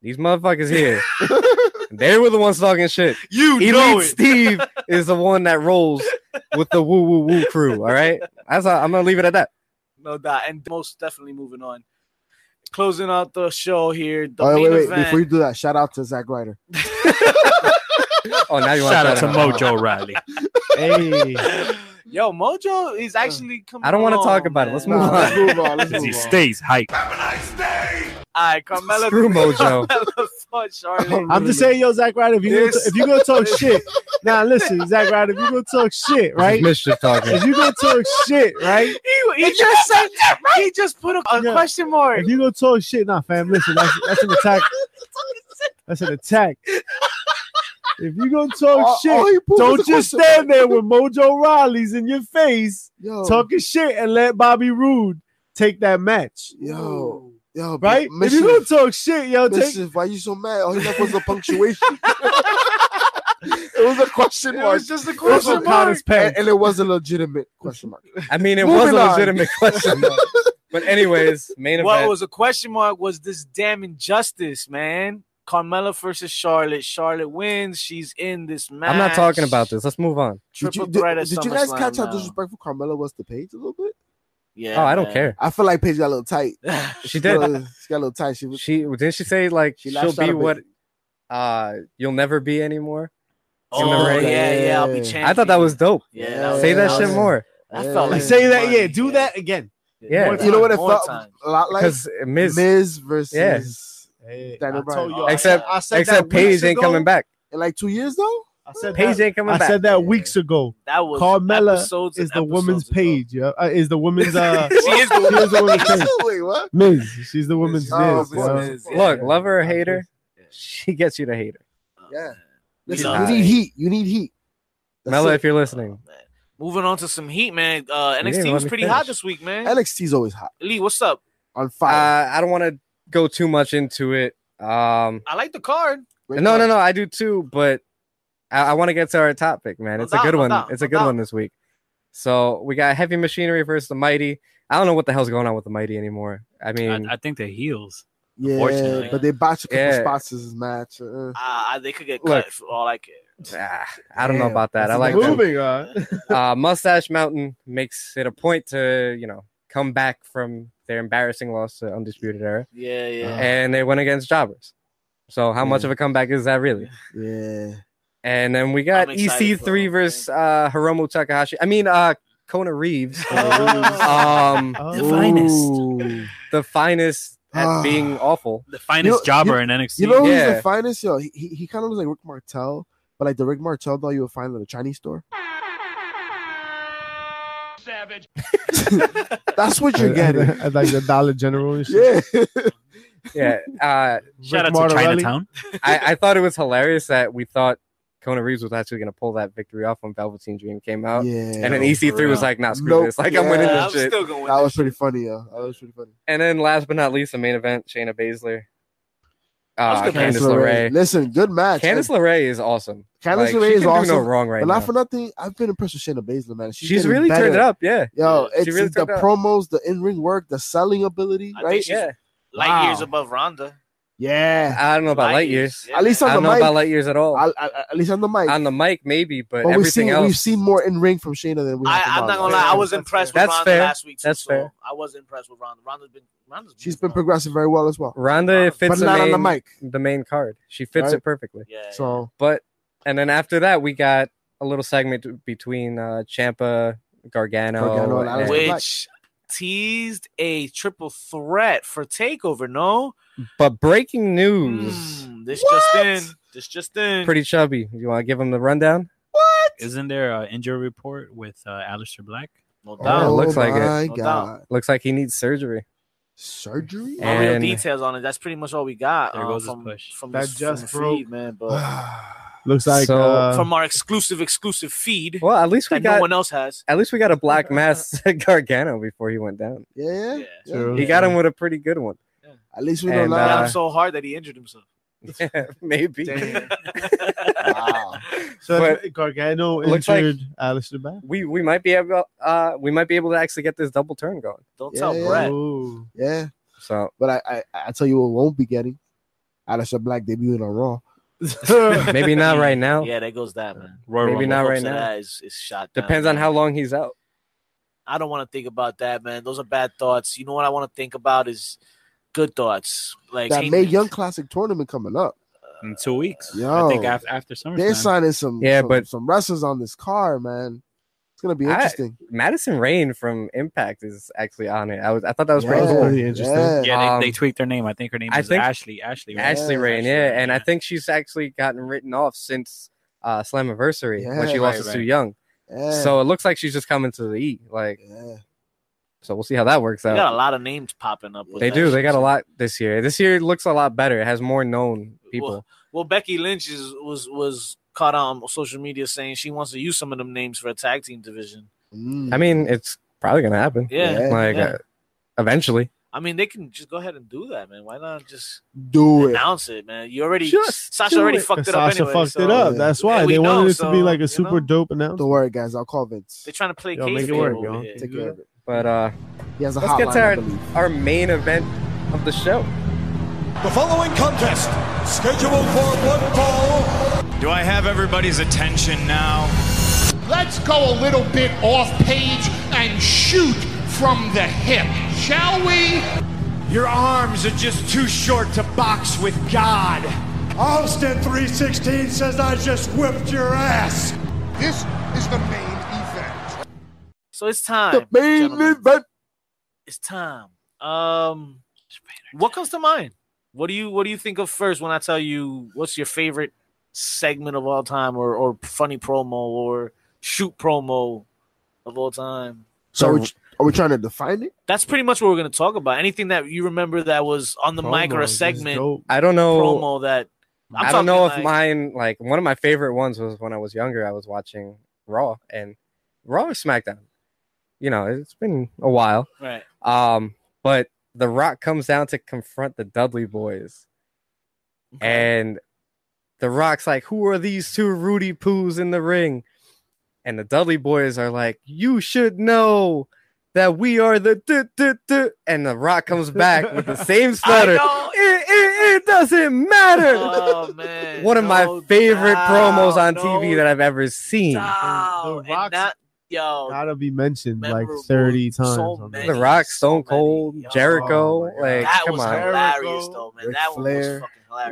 S6: these motherfuckers here, they were the ones talking shit.
S1: You know
S6: Elite
S1: it.
S6: Steve is the one that rolls with the woo woo woo crew. All right, that's all, I'm gonna leave it at that.
S1: No doubt. And most definitely moving on. Closing out the show here. The
S4: oh,
S1: main
S4: wait, wait,
S1: event.
S4: Before you do that, shout out to Zack Ryder.
S6: Oh, now you want
S5: Shout out to
S6: out.
S5: Mojo Riley.
S2: Hey,
S1: Yo, Mojo is actually coming.
S6: I don't wanna
S1: along,
S6: talk about it.
S1: man.
S6: Let's
S4: Nah,
S6: move on.
S4: let's move on. Let's
S5: Because he
S4: move on.
S5: stays hyped.
S1: All right, Carmella.
S6: Screw Mojo.
S1: Carmella fought Charlotte.
S2: I'm just saying, yo, Zach Ryder, if you gonna,
S1: This-
S2: if you gonna talk shit, now listen, Zach Ryder, if you gonna talk shit, right?
S6: Mischief talking.
S2: If you gonna talk shit, right?
S1: He, he just said He just put a, a
S2: Yeah.
S1: question mark.
S2: If you gonna talk shit, nah, fam, listen, that's, that's an attack. That's an attack. If you gonna talk
S4: All-
S2: Oh, shit,
S4: all he pulled Oh, was
S2: don't
S4: a
S2: just
S4: question Oh.
S2: stand there with Mojo Riley's in your face
S4: Yo,
S2: talking shit and let Bobby Roode take that match,
S4: yo, yo,
S2: right? If
S4: Mischief,
S2: you gonna talk shit, yo, take.
S4: Mischief, why you so mad? All he left was a punctuation. it was a question mark.
S1: just a
S4: It was a
S2: O'Connor's pen.
S4: and, and it was a legitimate question mark.
S6: I mean, it was
S4: Moving
S6: a
S4: on.
S6: legitimate question, though. but anyways, main
S1: What
S6: event.
S1: was a question mark was this damn injustice, man. Carmella versus Charlotte. Charlotte wins. She's in this match.
S6: I'm not talking about this. Let's move on.
S4: Did you,
S1: Triple
S4: did,
S1: threat at
S4: did you guys
S1: SummerSlam
S4: catch how
S1: now.
S4: disrespectful Carmella was to Paige a little bit?
S1: Yeah.
S6: oh, I don't
S1: man.
S6: care.
S4: I feel like Paige got a little tight.
S6: She did.
S4: got a little- she got a little tight. She was
S6: She didn't she say like
S4: She
S6: she will
S4: lashed out
S6: be
S4: a bit.
S6: what uh you'll never be anymore. In the
S1: oh
S6: ring.
S1: yeah, yeah. I'll be
S4: I thought
S1: champion.
S6: I thought that was dope.
S1: Yeah. that was-
S6: Say that
S1: was-
S6: shit more
S1: I felt like
S2: Say that,
S1: money,
S2: yeah. Do
S1: yeah.
S2: that again.
S6: Yeah.
S2: More
S4: You know
S2: time.
S4: what it
S1: More
S4: felt
S1: time.
S4: a lot like?
S6: because Miz,
S4: Miz, versus
S6: Yeah.
S2: Hey,
S4: Daniel
S2: I
S4: Bryan.
S2: told y'all,
S6: Except-
S2: I said
S6: except
S2: that weeks
S6: Paige ain't
S2: ago.
S6: coming back.
S4: in like two years though.
S2: I said
S6: Paige
S2: that,
S6: ain't coming
S2: I
S6: back.
S2: said that weeks ago.
S1: That was
S2: Carmella
S1: episodes and
S2: Is the woman's
S1: episodes ago.
S2: page? Yeah, uh, is the women's uh,
S1: She is the
S2: she is the women's page.
S4: Wait, what?
S2: Miz, she's the women's
S4: Oh,
S2: Miz.
S4: Miz.
S2: yo.
S1: Miz, yeah.
S6: Look, love her or hate her, she gets you to hate her.
S4: Yeah.
S1: We
S4: Listen,
S1: love
S4: you need
S1: it.
S4: heat. You need heat. That's
S6: Mella,
S4: it.
S6: if you're listening,
S1: Oh, man. Moving on to some heat, man. Uh,
S6: didn't
S1: NXT
S6: let
S1: was
S6: me
S1: pretty
S6: finish.
S1: hot this week, man.
S4: NXT's always hot
S1: Lee, what's up?
S4: on
S6: uh,
S4: fire.
S6: I don't want to go too much into it. Um,
S1: I like the card.
S4: Great
S6: no, no,
S4: card.
S6: no, I do too, but I, I want to get to our topic, man.
S1: No
S6: It's
S1: doubt,
S6: a good
S1: no
S6: one.
S1: doubt,
S6: it's a
S1: no
S6: good
S1: doubt.
S6: one this week. So we got heavy machinery versus the mighty. I don't know what the hell's going on with the mighty anymore. I mean,
S5: I, I think the heels.
S4: Yeah,
S5: Unfortunately.
S4: but they botched a couple
S6: Yeah.
S4: spots in this match. Uh,
S1: Uh, they could get
S6: Look.
S1: cut for all I care.
S6: ah, I don't know
S4: Damn,
S6: about that. I
S4: that's
S6: like
S4: a
S6: them.
S4: movie.
S2: Moving on.
S6: uh, Mustache Mountain makes it a point to you know come back from their embarrassing loss to Undisputed Era,
S1: Yeah, yeah.
S6: and they went against Jobbers. So how much of a comeback is that really?
S4: yeah,
S6: And then we
S1: I'm
S6: got
S1: excited for
S6: EC3
S1: them,
S6: versus uh, Hiromu Takahashi. I mean, uh, Kona Reeves, Uh, um,
S2: Oh.
S5: The finest.
S4: Ooh.
S6: the finest at
S4: Ah.
S6: being awful.
S5: The finest
S4: You know-
S5: jobber in NXT.
S4: You know who's
S6: Yeah.
S4: the finest? Yo, he, he, he kind of looks like Rick Martel, but like the Rick Martel doll you would find at a Chinese store. Savage. That's what you're getting.
S2: At, uh, like the Dollar General and shit.
S4: Yeah.
S6: Yeah, uh,
S5: Shout out to
S2: Martorelli.
S5: Chinatown.
S6: I, I thought it was hilarious that we thought Kona Reeves was actually going to pull that victory off when Velveteen Dream came out,
S4: yeah.
S6: Uh, and then
S5: no,
S6: EC3
S5: for
S6: was
S5: real.
S6: like, "Nah, screw
S4: Nope.
S6: this! Like
S4: Yeah.
S6: I'm winning
S1: Yeah,
S6: this
S1: I'm
S6: shit."
S1: still going.
S4: that was pretty funny, yo. That was pretty funny.
S6: And then last but not least, the main event, Shayna Baszler. Uh,
S1: was gonna
S6: Candice
S1: ask
S6: LeRae.
S4: Listen, good match.
S6: Candice LeRae is awesome.
S4: Candice
S6: Like, she
S4: LeRae
S6: can
S4: is
S6: do
S4: awesome.
S6: no wrong
S4: but
S6: right now.
S4: not for nothing. I've been impressed with Shayna Baszler, man. She's,
S6: She's,
S4: getting
S6: really
S4: better.
S6: turned it up. Yeah.
S4: Yo,
S6: She
S4: it's
S6: really
S4: the
S6: turned it up.
S4: promos, the in ring work, the selling ability,
S1: I think
S4: right?
S1: she's-
S6: Yeah.
S1: Light
S4: Wow.
S1: years above Ronda.
S4: Yeah.
S6: I don't know about light years.
S1: Yeah.
S4: At least
S6: I
S4: on
S6: don't
S4: the
S6: know
S4: mic.
S6: about light years at all.
S4: I- I- at least on the mic.
S6: On the mic, maybe, but,
S4: but we've
S6: everything
S4: seen
S6: else.
S4: we've seen more in ring from Shayna than we.
S1: I,
S4: have from
S1: I'm not
S4: Ronda.
S1: gonna lie. I was
S2: That's
S1: impressed
S6: fair.
S1: with
S6: That's
S1: Ronda
S6: fair.
S1: last week. Too,
S6: That's
S1: so
S6: fair.
S1: I was impressed with Ronda. Ronda's been Ronda's
S4: She's been
S1: moving
S4: progressing very well as well,
S6: Rhonda
S1: But
S6: fits
S4: Uh, but
S6: the
S4: not
S6: main,
S4: on the mic.
S6: the main card. She fits
S4: Right.
S6: it perfectly.
S1: on. Yeah.
S4: So
S6: But and then after that, we got a little segment between uh, Champa, Gargano,
S4: Gargano and
S1: yeah.
S4: Alex
S6: and-
S4: Wait.
S1: which teased a triple threat for Takeover. No.
S6: but breaking news.
S1: Mm, this just in. This just in.
S6: Pretty chubby. You want to give him the rundown?
S5: Isn't there an injury report with uh, Aleister Black?
S1: no
S6: it
S1: doubt.
S6: Oh, looks like it.
S4: my
S1: No
S4: God,
S6: Looks like he needs surgery.
S4: surgery.
S1: No real
S6: and-
S1: details on it. That's pretty much all we got.
S5: There
S1: uh,
S5: goes his
S1: from,
S5: push.
S1: From
S2: That
S1: this,
S2: just
S1: from the feed,
S2: broke.
S1: man. But
S2: Looks like
S6: So-
S2: uh,
S1: from our exclusive exclusive feed
S6: Well, at least we
S1: that no
S6: got
S1: one else has.
S6: at least we got a black mass Gargano before he went down.
S4: Yeah, yeah.
S1: Yeah.
S2: True.
S6: He got him with a pretty good one.
S4: At least we know
S6: And,
S1: Hit
S4: now.
S1: him so hard that he injured himself.
S6: Yeah, maybe.
S4: Damn.
S6: uh,
S4: wow.
S2: so
S6: but-
S2: that's- Gargano
S6: Looks like-
S2: injured Alice LeBac.
S6: We we might be able uh we might be able to actually get this double turn going.
S1: Don't tell
S4: Yeah.
S1: Brett.
S2: Oh,
S4: Yeah,
S6: So
S4: but I, I I tell you what, won't be getting. Alistair Black debuting on Raw.
S6: maybe not right now.
S1: Yeah, there goes that man.
S5: Royal
S6: Maybe
S5: Rumble.
S6: not
S1: Hopes
S6: right
S1: of
S6: now.
S1: That is, is shot. down,
S6: Depends on
S1: man.
S6: how long he's out.
S1: I don't want to think about that, man. Those are bad thoughts. You know what I want to think about is good thoughts. Like
S4: That
S1: hey,
S4: May Young Classic tournament coming up.
S5: in two weeks.
S4: Yo.
S5: I think after after
S4: They're
S5: SummerSlam.
S4: signing some
S6: Yeah,
S4: some,
S6: but-
S4: some wrestlers on this car, man. It's gonna be
S6: I-
S4: interesting.
S6: Madison Rain from Impact is actually on it. I was I thought that was pretty
S2: Yeah.
S6: cool.
S2: pretty interesting.
S4: Yeah.
S5: Yeah, they,
S6: Um,
S5: they tweaked their name. I think her name
S6: I
S5: is
S6: think-
S5: Ashley. Ashley. Rain.
S6: Ashley Rain, yeah, and I
S5: yeah.
S6: think she's actually gotten written off since uh, Slammiversary when she
S4: Yeah.
S6: lost
S5: Right,
S6: to
S5: right.
S6: Sue Young.
S4: Yeah.
S6: So it looks like she's just coming to the E. Like,
S4: yeah.
S6: so we'll see how that works
S1: They got
S6: out.
S1: a lot of names popping up. With
S6: They
S1: that
S6: do. They
S1: shit.
S6: got a lot this year. This year looks a lot better. It has more known people.
S1: Well, Becky Lynch is, was was caught on social media saying she wants to use some of them names for a tag team division.
S4: Mm.
S6: I mean, it's probably gonna happen.
S1: Yeah,
S4: Yeah.
S6: Like,
S1: yeah.
S6: Uh, eventually.
S1: I mean they can just go ahead and do that, man. Why not just
S4: do it.
S1: announce it, man? You already
S6: Just
S1: Sasha
S6: do
S1: already
S6: it.
S1: fucked it up.
S2: Sasha
S1: Anyway,
S2: fucked
S1: so
S2: it up.
S4: Yeah.
S2: That's why
S1: Yeah, we
S2: they
S1: know,
S2: wanted it to be
S1: so,
S2: like
S1: you
S2: a super
S1: know.
S2: dope announcement.
S4: Don't worry, guys. I'll call Vince.
S1: They're trying to play
S2: Yo,
S1: case
S2: make it
S1: over
S2: work, yo.
S1: here.
S4: Take care of it.
S6: But uh,
S4: He has a
S6: Let's get
S4: hotline,
S6: to
S4: I
S6: our-
S4: believe.
S6: our main event of the show.
S3: The following contest, scheduled for one fall.
S7: Do I have everybody's attention now?
S8: Let's go a little bit off page and shoot from the hip, shall we?
S7: Your arms are just too short to box with God.
S3: Austin 316 says I just whipped your ass.
S8: This is the main event.
S1: So it's
S4: The
S1: time.
S4: main
S1: gentlemen.
S4: event.
S1: It's time. Um, what comes to mind? What do you What do you think of first when I tell you what's your favorite segment of all time, or or funny promo, or shoot promo of all time?
S4: So are we, are we trying to define it?
S1: That's pretty much what we're going to talk about. Anything that you remember that was on the mic or
S2: Promo
S1: a
S2: is
S1: segment
S2: dope.
S6: I don't know.
S1: promo that I'm
S6: I do not know if
S1: talking like-
S6: mine like one of my favorite ones was when I was younger. I was watching Raw and Raw or SmackDown. You know, it's been a while.
S1: right.
S6: Um, but The Rock comes down to confront the Dudley Boys, and The Rock's like, "Who are these two Rudy poos in the ring?" And the Dudley Boys are like, "You should know." That we are the duh, duh, duh." and the rock comes back with the same
S1: I
S6: stutter. It,
S1: know-
S6: it, it doesn't matter.
S1: Oh man!
S6: One of my
S1: No
S6: favorite promos on
S1: doubt,
S6: TV
S1: no
S6: that I've ever seen.
S1: doubt.
S2: The
S1: And
S2: Rock's-
S1: that- yo,
S2: Gotta be mentioned like
S1: Memorable.
S2: 30 times.
S1: So
S2: on
S1: many.
S2: that.
S6: The Rock, Stone
S1: So many,
S6: Cold,
S1: yo.
S6: Jericho.
S2: Oh my
S6: like,
S1: that
S6: come
S1: was
S6: on.
S1: hilarious,
S2: Jericho,
S1: though, man.
S4: Ric
S1: that one was fucking
S4: Flair.
S1: hilarious.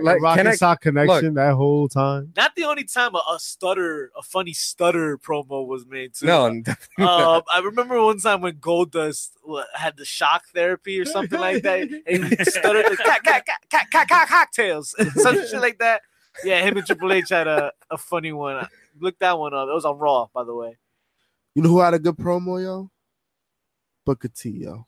S6: Like,
S2: Rock
S6: can I-
S2: and sock connection that whole time.
S1: Not the only time a, a stutter, a funny stutter promo was made too.
S6: No, definitely not.
S1: Um, I remember one time when Goldust what, had the shock therapy or something like that, and he stuttered the cat, cat, cat, cat, cat, cat, cocktails, some shit like that. Yeah, him and Triple H had a, a funny one. Look that one up. It was on Raw, by the way.
S4: You know who had a good promo, yo? Booker T, yo.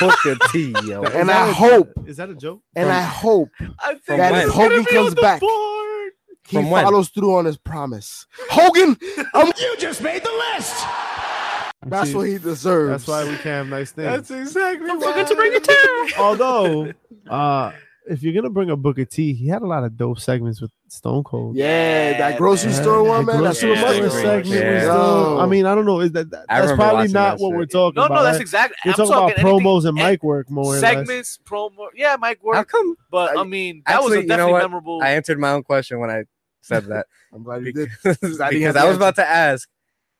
S6: Booker T, yo.
S2: Is
S4: And
S2: that
S4: I
S2: a-
S4: hope-
S2: Is that a joke?
S4: And I hope
S1: I think
S6: From when?
S1: it's gonna
S4: Hogan
S1: be
S4: comes
S1: on the
S4: back.
S1: board.
S4: he
S6: From when?
S4: follows through on his promise. Hogan,
S3: You just made the list.
S4: that's
S2: See,
S4: what he
S2: That's
S4: deserves.
S2: why we can have nice things.
S1: exactly. Don't forget to bring your towel.
S2: Although, uh, if you're gonna bring up Booker T, he had a lot of dope segments with Stone Cold.
S4: Yeah,
S1: Yeah,
S4: that grocery
S1: man.
S4: store one,
S2: The
S4: man. That
S2: grocery
S4: super
S1: Yeah,
S2: store
S1: that's
S2: segment
S1: great.
S2: was
S6: Yeah.
S2: dope. I mean, I don't know. Is that, that
S6: I
S2: that's
S6: remember
S2: probably
S6: watching
S2: not
S6: that
S2: what
S6: shit.
S2: we're talking
S1: No,
S2: about.
S1: no, that's
S2: right?
S1: exactly.
S2: we're
S1: I'm
S2: talking, about
S1: anything-
S2: promos and
S1: any-
S2: mic work more. or less.
S1: segments, promo. Yeah, Mike
S6: How
S1: worked,
S6: come
S1: but I
S6: I-
S1: mean that was a
S6: actually, you know
S1: definitely
S6: what?
S1: memorable.
S6: I answered my own question when I said that?
S4: I'm glad you
S6: because
S4: did. I didn't
S6: because
S4: have
S6: I
S4: the
S6: was about to ask,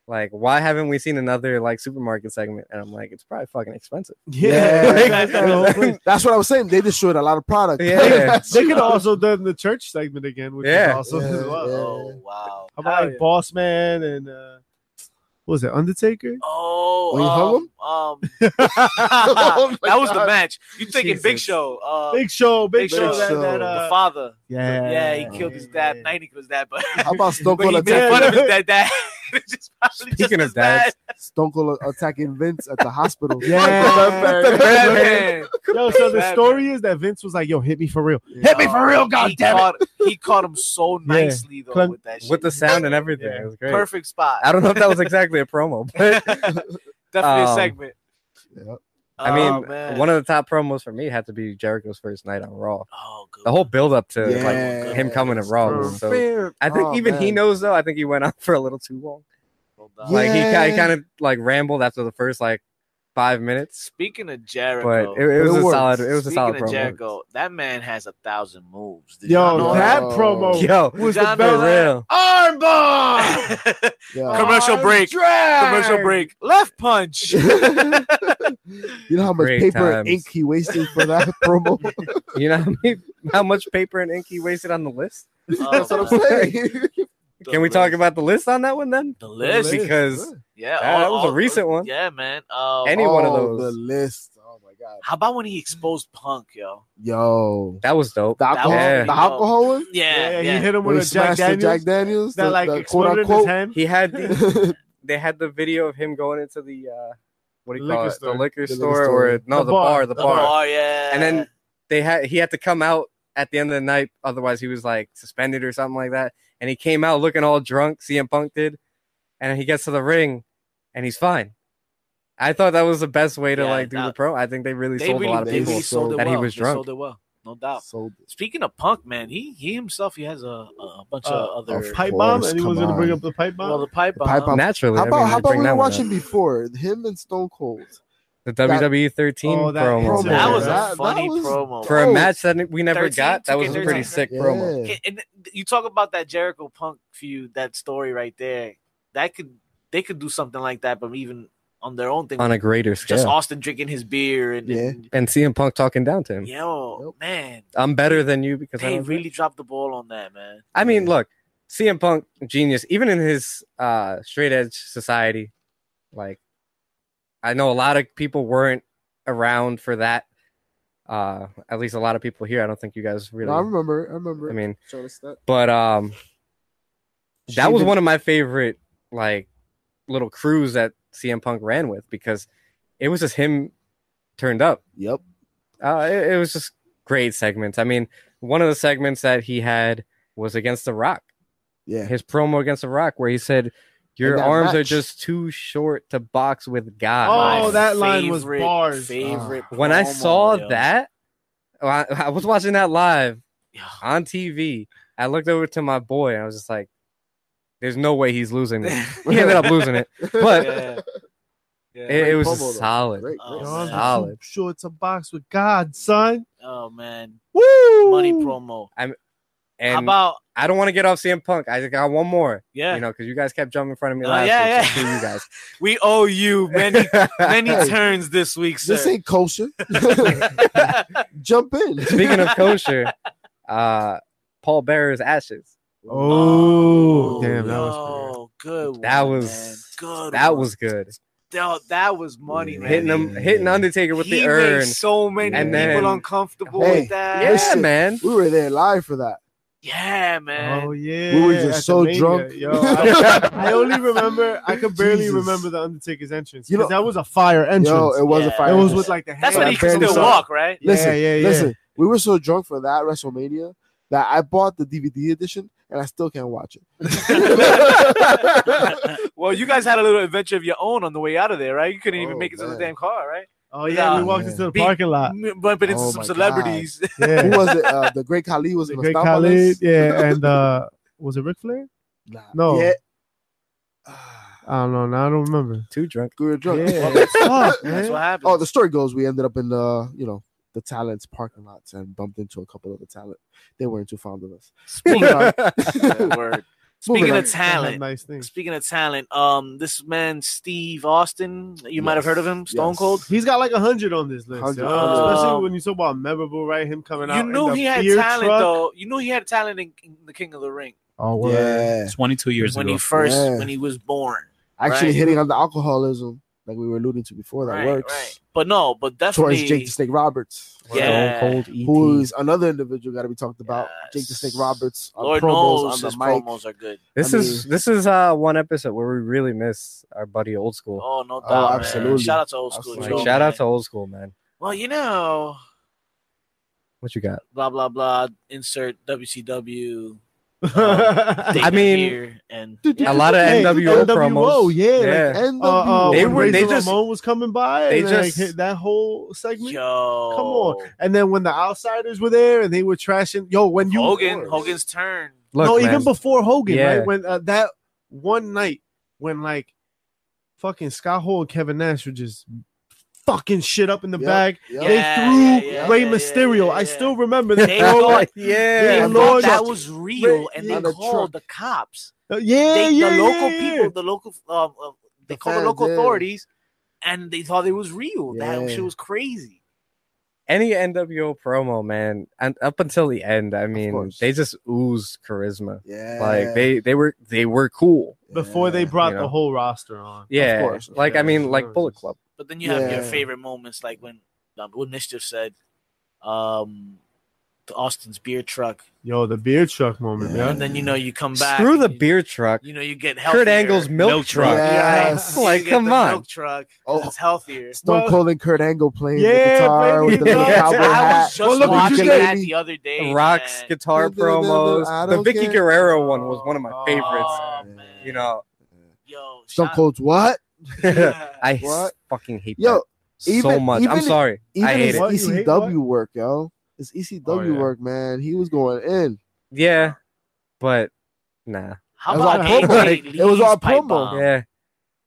S6: like, why haven't we seen another, like, supermarket segment? And I'm like, it's probably fucking expensive.
S2: Yeah,
S4: Yeah.
S2: that's the whole thing.
S4: That's what I was saying. They destroyed a lot of product.
S6: Yeah.
S2: they could have also done the church segment again, which
S6: Yeah.
S2: is also
S4: Yeah,
S2: as well.
S4: yeah.
S1: oh wow!
S2: How about like
S1: Hell yeah.
S2: Boss Man and uh, what was it Undertaker?
S4: When you hung
S1: Oh, um, um,
S4: Oh my
S1: that was the
S4: God.
S1: match. You thinking Big
S2: Jesus.
S1: Show? Uh,
S2: Big Show,
S1: Big
S2: Big, Show,
S1: Show.
S2: that, that,
S4: The
S1: the
S2: uh,
S1: father.
S2: yeah,
S1: Yeah, he killed his dad.
S2: Yeah.
S1: Ninety killed his dad, but
S4: How about Stone
S1: but
S4: Cold
S1: he
S4: at
S1: made
S2: attack.
S1: fun of his dad. dad. just probably just
S6: Speaking of
S1: as bad.
S4: Stone Cold attacking Vince at the hospital.
S2: Yeah.
S1: The Batman.
S2: Yo, so the
S1: Batman.
S2: story is that Vince was like, "Yo, hit me for real."
S1: Hit me for real, goddamn it! He caught him so nicely though
S2: Clem-
S1: with that shit.
S6: with the sound and everything.
S2: Yeah.
S6: It was great.
S1: perfect spot.
S6: I don't know if that was exactly a promo, but
S1: Definitely a
S6: Um,
S1: segment. Oh,
S4: yeah.
S6: I mean, one
S1: of
S6: of the top promos for me had to be Jericho's first night on Raw.
S1: oh, good.
S6: The whole build up to
S4: Yeah.
S6: like him coming to Raw. was so I think
S4: Oh,
S6: even he
S4: man.
S6: knows though. I think he went on for a little too long.
S1: Well done.
S6: Like he,
S4: Yeah.
S6: ki- he kind of like rambled after the first like five minutes,
S1: Speaking of
S6: but
S1: Jericho,
S6: it, it was
S4: It
S6: a
S4: worked.
S6: solid. It was a
S1: speaking
S6: solid
S1: of
S6: promo.
S1: Jericho, that man has a thousand moves. Did y'all
S2: Yo,
S1: know
S2: that
S4: that?
S2: promo.
S6: Yo,
S1: Did
S2: Oh, was
S1: y'all
S2: the
S1: know
S6: for
S1: that?
S6: real.
S1: Armbar.
S4: Yeah.
S1: Commercial break. Commercial break. Left punch.
S4: You know how much
S6: Great
S4: paper and
S6: times.
S4: ink he wasted for that promo?
S6: You know how, many- how much paper and ink he wasted on the list?
S4: That's what I'm saying.
S6: Can we talk about the list on that one then?
S1: the list?
S6: Because
S1: Yeah,
S6: That- that was a recent one.
S1: Yeah, man. Um,
S6: Any one of those.
S4: The list. Oh my god.
S1: how about when he exposed Punk, yo?
S4: Yo.
S6: that was dope.
S4: The alcohol,
S6: was-
S4: the alcohol one?
S1: Yeah, Eh, yeah.
S2: Yeah, he hit him
S4: When
S2: with
S4: he
S2: a Jack
S4: smashed the
S2: Daniels.
S4: Jack Daniels.
S2: that
S4: the-
S2: like
S4: the
S2: exploded
S4: quote unquote.
S2: in his hand.
S6: He had the
S4: the
S6: they had the video of him going into the uh what do you call
S2: Liquor
S6: it?
S2: store.
S6: The liquor
S4: The liquor
S6: store
S4: store.
S6: or no
S2: The
S6: the,
S2: bar.
S6: bar. the,
S1: The
S6: bar.
S1: bar, yeah.
S6: And then they had he had to come out at the end of the night, otherwise he was like suspended or something like that. And he came out looking all drunk, CM Punk did, and he gets to the ring and he's fine. I thought that was the best way to
S1: Yeah,
S6: like do
S1: that-
S6: the pro. I think they really
S1: they
S6: sold
S1: really,
S6: a lot of
S1: they
S6: people.
S1: really sold it
S6: that he
S1: well.
S6: was
S1: They
S6: drunk.
S1: sold it well, no doubt.
S4: so
S1: Speaking of Punk, man, he he himself he has a, a bunch
S2: Uh,
S1: of other
S4: of
S2: pipe
S4: course,
S2: bomb, and he
S4: come
S2: was gonna bring
S4: on.
S2: up the pipe bomb.
S1: well the pipe
S4: The pipe
S1: bomb.
S4: bomb.
S6: Naturally,
S4: How
S6: I mean,
S4: about how
S6: they
S4: about
S6: bring
S4: we
S6: that
S4: were
S6: one up.
S4: watching before him and Stone Cold?
S6: the WWE 13
S2: Oh, that promo.
S6: promo.
S1: that was
S4: Yeah,
S1: a
S4: that-
S1: funny
S4: that was-
S1: promo
S6: for a
S4: Oh.
S6: match that we never
S1: 13?
S6: got. That was a
S1: 2K13.
S6: pretty sick promo.
S4: Yeah.
S1: And you talk about that Jericho Punk feud, that story right there. That could they could do something like that, but even on their own thing,
S6: on a greater scale.
S1: just Austin drinking his beer and,
S4: Yeah.
S1: and
S6: and CM Punk talking down to him.
S1: yo, man,
S6: I'm better than you because I
S1: they
S6: don't drink.
S1: really dropped the ball on that, man.
S6: I mean, look, CM Punk genius. Even in his uh, straight edge society, like I know a lot of people weren't around for that. Uh, at least a lot of people here. I don't think you guys really.
S4: No, I remember. I remember.
S6: I mean,
S4: Show us that.
S6: but um, that
S4: She
S6: was
S4: did-
S6: one of my favorite like little crews that CM Punk ran with because it was just him turned up.
S4: Yep.
S6: uh, it, it was just great segments. I mean, one of the segments that he had was against The Rock,
S4: Yeah.
S6: his promo against The Rock, where he said, Your
S4: that
S6: arms are
S4: match.
S6: just too short to box with God.
S2: Oh,
S1: My
S2: that line was
S1: favorite-
S2: bars.
S1: Favorite.
S6: when I
S1: promo,
S6: saw
S1: yo.
S6: that, oh, I, I was watching that live
S1: Yo,
S6: on TV. I looked over to my boy and I was just like, There's no way he's losing it. he ended up losing it, but
S1: yeah. Yeah.
S6: it, it was
S4: promo, though.
S6: just solid.
S4: Great.
S1: Oh,
S4: great.
S2: Yo, I'm too
S6: Solid.
S2: Sure, it's a box with God, son.
S1: oh man,
S2: Woo!
S1: money promo. How
S6: And
S1: about
S6: I don't want to get off CM Punk. I just got one more,
S1: yeah?
S6: you know, because you guys kept jumping in front of me
S1: Oh,
S6: last
S1: yeah,
S6: week. so
S1: yeah.
S6: screw you guys.
S1: we owe you many many
S4: Hey.
S1: turns this week, sir.
S4: This ain't kosher. Jump in.
S6: Speaking of kosher, uh, Paul Bearer's ashes.
S2: Oh, damn, that was.
S1: yo, good.
S6: That
S1: one,
S6: was
S1: man. good.
S6: That
S1: one.
S6: was good.
S1: Yo, that was money, man.
S6: Hitting him, hitting Undertaker with
S1: he
S6: the
S1: made
S6: urn.
S1: so many
S6: And
S1: people
S6: then-
S1: uncomfortable
S4: Hey,
S1: with that.
S6: yeah,
S4: Listen.
S6: man.
S4: We were there live for that.
S1: Yeah, man.
S2: Oh yeah,
S4: We were
S2: at
S4: just
S2: the
S4: so
S2: Mania.
S4: drunk.
S2: Yo, I, I only remember I could barely
S4: Jesus.
S2: remember the Undertaker's entrance.
S4: You
S2: You
S4: know-
S2: that was a fire entrance.
S4: Yo, it was
S1: Yeah.
S4: a fire.
S2: It was
S4: entrance.
S2: with like the
S1: That's
S2: hand-
S1: when he
S4: I
S1: can
S4: barely
S1: still
S4: saw-
S1: walk, right?
S2: Yeah,
S4: Listen,
S2: yeah, yeah.
S4: listen. We were so drunk for that WrestleMania that I bought the DVD edition and I still can't watch it.
S1: well, you guys had a little adventure of your own on the way out of there, right? You couldn't even
S4: Oh,
S1: make it to the
S4: man.
S1: damn car, right?
S2: Oh yeah, we
S1: Yeah.
S2: walked into the
S1: Big-
S2: parking lot.
S1: Bumping into
S4: Oh,
S1: some
S4: my
S1: celebrities.
S4: Who
S2: Yeah,
S4: was it? Uh, the great Khali was
S2: the
S4: in
S2: great
S4: stomp on
S2: Khalid.
S4: us?
S2: Yeah, and uh, was it Ric Flair?
S4: Nah.
S2: No.
S4: Yeah. Ah,
S2: I don't know. Now I don't remember.
S6: Too drunk.
S4: We were drunk.
S2: Yeah, fuck,
S1: That's what
S2: man.
S1: happened.
S4: Oh, the story goes we ended up in the you know the talents parking lots and bumped into a couple of the talent. They weren't too fond of us.
S1: Speaking
S4: Moving on.
S1: of, Yeah, word. Speaking
S4: Moving on.
S1: of talent,
S2: nice things.
S1: speaking of talent, um, this man Steve Austin, you might have
S4: Yes.
S1: heard of him, Stone
S4: Yes.
S1: Cold.
S2: He's got like a hundred Oh. on this list,
S4: 100.
S2: yo.
S1: Um,
S2: especially when you talk about memorable, right? Him coming out.
S1: You
S2: in
S1: knew
S2: the
S1: he had
S2: beer
S1: talent,
S2: truck.
S1: though. You knew he had talent in, in the King of the Ring
S2: Oh, word.
S4: Yeah,
S5: 22 years
S1: when
S5: ago.
S1: he first
S4: Yeah.
S1: when he was born.
S4: actually
S1: Right.
S4: hitting on the alcoholism. like we were alluding to before, that
S1: Right,
S4: works
S1: right. But no, but
S4: towards
S1: definitely
S4: Jake the Snake Roberts,
S1: Yeah.
S2: E
S6: Stone
S5: E
S6: Cold E.T.
S4: who's another individual got to be talked about.
S1: Yes.
S4: Jake the Snake Roberts on
S1: Lord
S4: uh, promos
S1: knows
S4: on
S1: his
S4: the mic.
S1: promos are good.
S6: This
S4: I
S6: is this is uh one episode where we really miss our buddy old school.
S1: Oh no doubt.
S4: Oh,
S1: man.
S4: absolutely.
S1: Shout out to old school.
S4: Absolutely.
S6: Like,
S1: Joe,
S6: shout
S1: man.
S6: out to old school, man.
S1: Well, you know,
S6: What you got?
S1: blah blah blah. Insert WCW.
S2: Uh,
S1: date
S6: mean,
S1: here, and
S6: A lot of
S2: Hey,
S6: NWO, promos.
S2: yeah. like,
S6: Yeah.
S4: And
S2: uh, uh,
S6: They
S2: when
S6: were- they
S2: Razor
S6: just-
S2: Ramon was coming by.
S6: they
S2: and, like,
S6: just-
S2: hit that whole segment.
S1: yo,
S2: Come on. And then when the outsiders were there and they were trashing, yo, when you
S1: Hogan, Hogan's turn.
S6: Look,
S2: no,
S6: man,
S2: even before Hogan,
S6: Yeah.
S2: right? When uh, that one night when like fucking Scott Hall and Kevin Nash were just fucking shit up in the
S4: Yep.
S2: bag.
S4: Yep.
S2: They
S1: Yeah,
S2: threw
S1: yeah, yeah,
S2: Rey
S1: yeah, yeah,
S2: Mysterio.
S1: yeah,
S2: I
S1: yeah.
S2: still remember that.
S1: They
S2: bro.
S1: thought,
S2: Yeah,
S1: they
S2: I'm
S1: thought
S2: not
S1: that
S2: just-
S1: was real, and they
S4: on the
S1: called the cops.
S2: Uh, yeah,
S1: They,
S2: yeah,
S1: the
S2: yeah,
S1: local
S2: yeah.
S1: people, the local, uh, uh, they
S4: The
S1: called
S4: fans,
S1: the local
S4: yeah.
S1: authorities, and they thought it was real. That
S4: Yeah.
S1: shit was crazy.
S6: any NWO promo, man, and up until the end, I mean,
S4: course.
S6: they just oozed charisma.
S4: yeah,
S6: Like they they were they were cool.
S2: Before they
S4: Yeah.
S2: brought
S6: you
S2: the
S6: know.
S2: whole roster on.
S6: Yeah,
S4: course, of
S6: like I
S2: course,
S6: mean,
S2: of
S6: like
S2: course.
S6: Bullet Club.
S1: But then you have your
S4: Yeah.
S1: favorite moments, like when um, what Mischief said, um, to Austin's beer truck,
S2: Yo, the beer truck moment,
S4: Yeah.
S1: and
S2: man.
S1: then you know you come back
S6: Screw the
S1: you-
S6: beer truck.
S1: You know you get healthier.
S6: Kurt Angle's milk, truck.
S4: truck. Yes.
S1: You
S6: Like,
S1: get
S6: come
S1: the
S6: on.
S1: milk truck.
S4: Oh.
S1: It's healthier.
S4: Stone
S2: Well-
S4: Cold and Kurt Angle playing
S2: Yeah,
S4: the guitar
S2: baby,
S4: with the little
S2: yeah.
S4: cowboy
S1: I
S4: hat.
S1: was just
S2: Well, look what you
S1: watching
S2: did.
S1: that the other day.
S6: Rocks,
S1: man.
S6: guitar
S4: No, no, no, no, I
S6: promos. The
S4: don't
S6: Vicky
S4: care.
S6: Guerrero one was one of my
S2: Oh,
S6: favorites.
S1: man.
S6: You know,
S1: Yo,
S4: Stone
S1: shout-
S4: Cold's what?
S1: Yeah.
S6: I
S4: What?
S6: fucking hate
S4: Yo,
S6: that so
S4: even-
S6: much. I'm
S4: even-
S6: sorry.
S4: even
S6: I hate
S4: his
S6: it.
S2: What, you hate
S4: ECW work, yo. His ECW
S2: Oh, yeah.
S4: work, man. He was going in.
S6: Yeah, but nah.
S1: How
S4: It was
S1: about
S4: all
S1: AJ
S4: promo.
S1: Lee's
S4: It was all
S1: pipe
S4: promo.
S1: bomb?
S6: Yeah.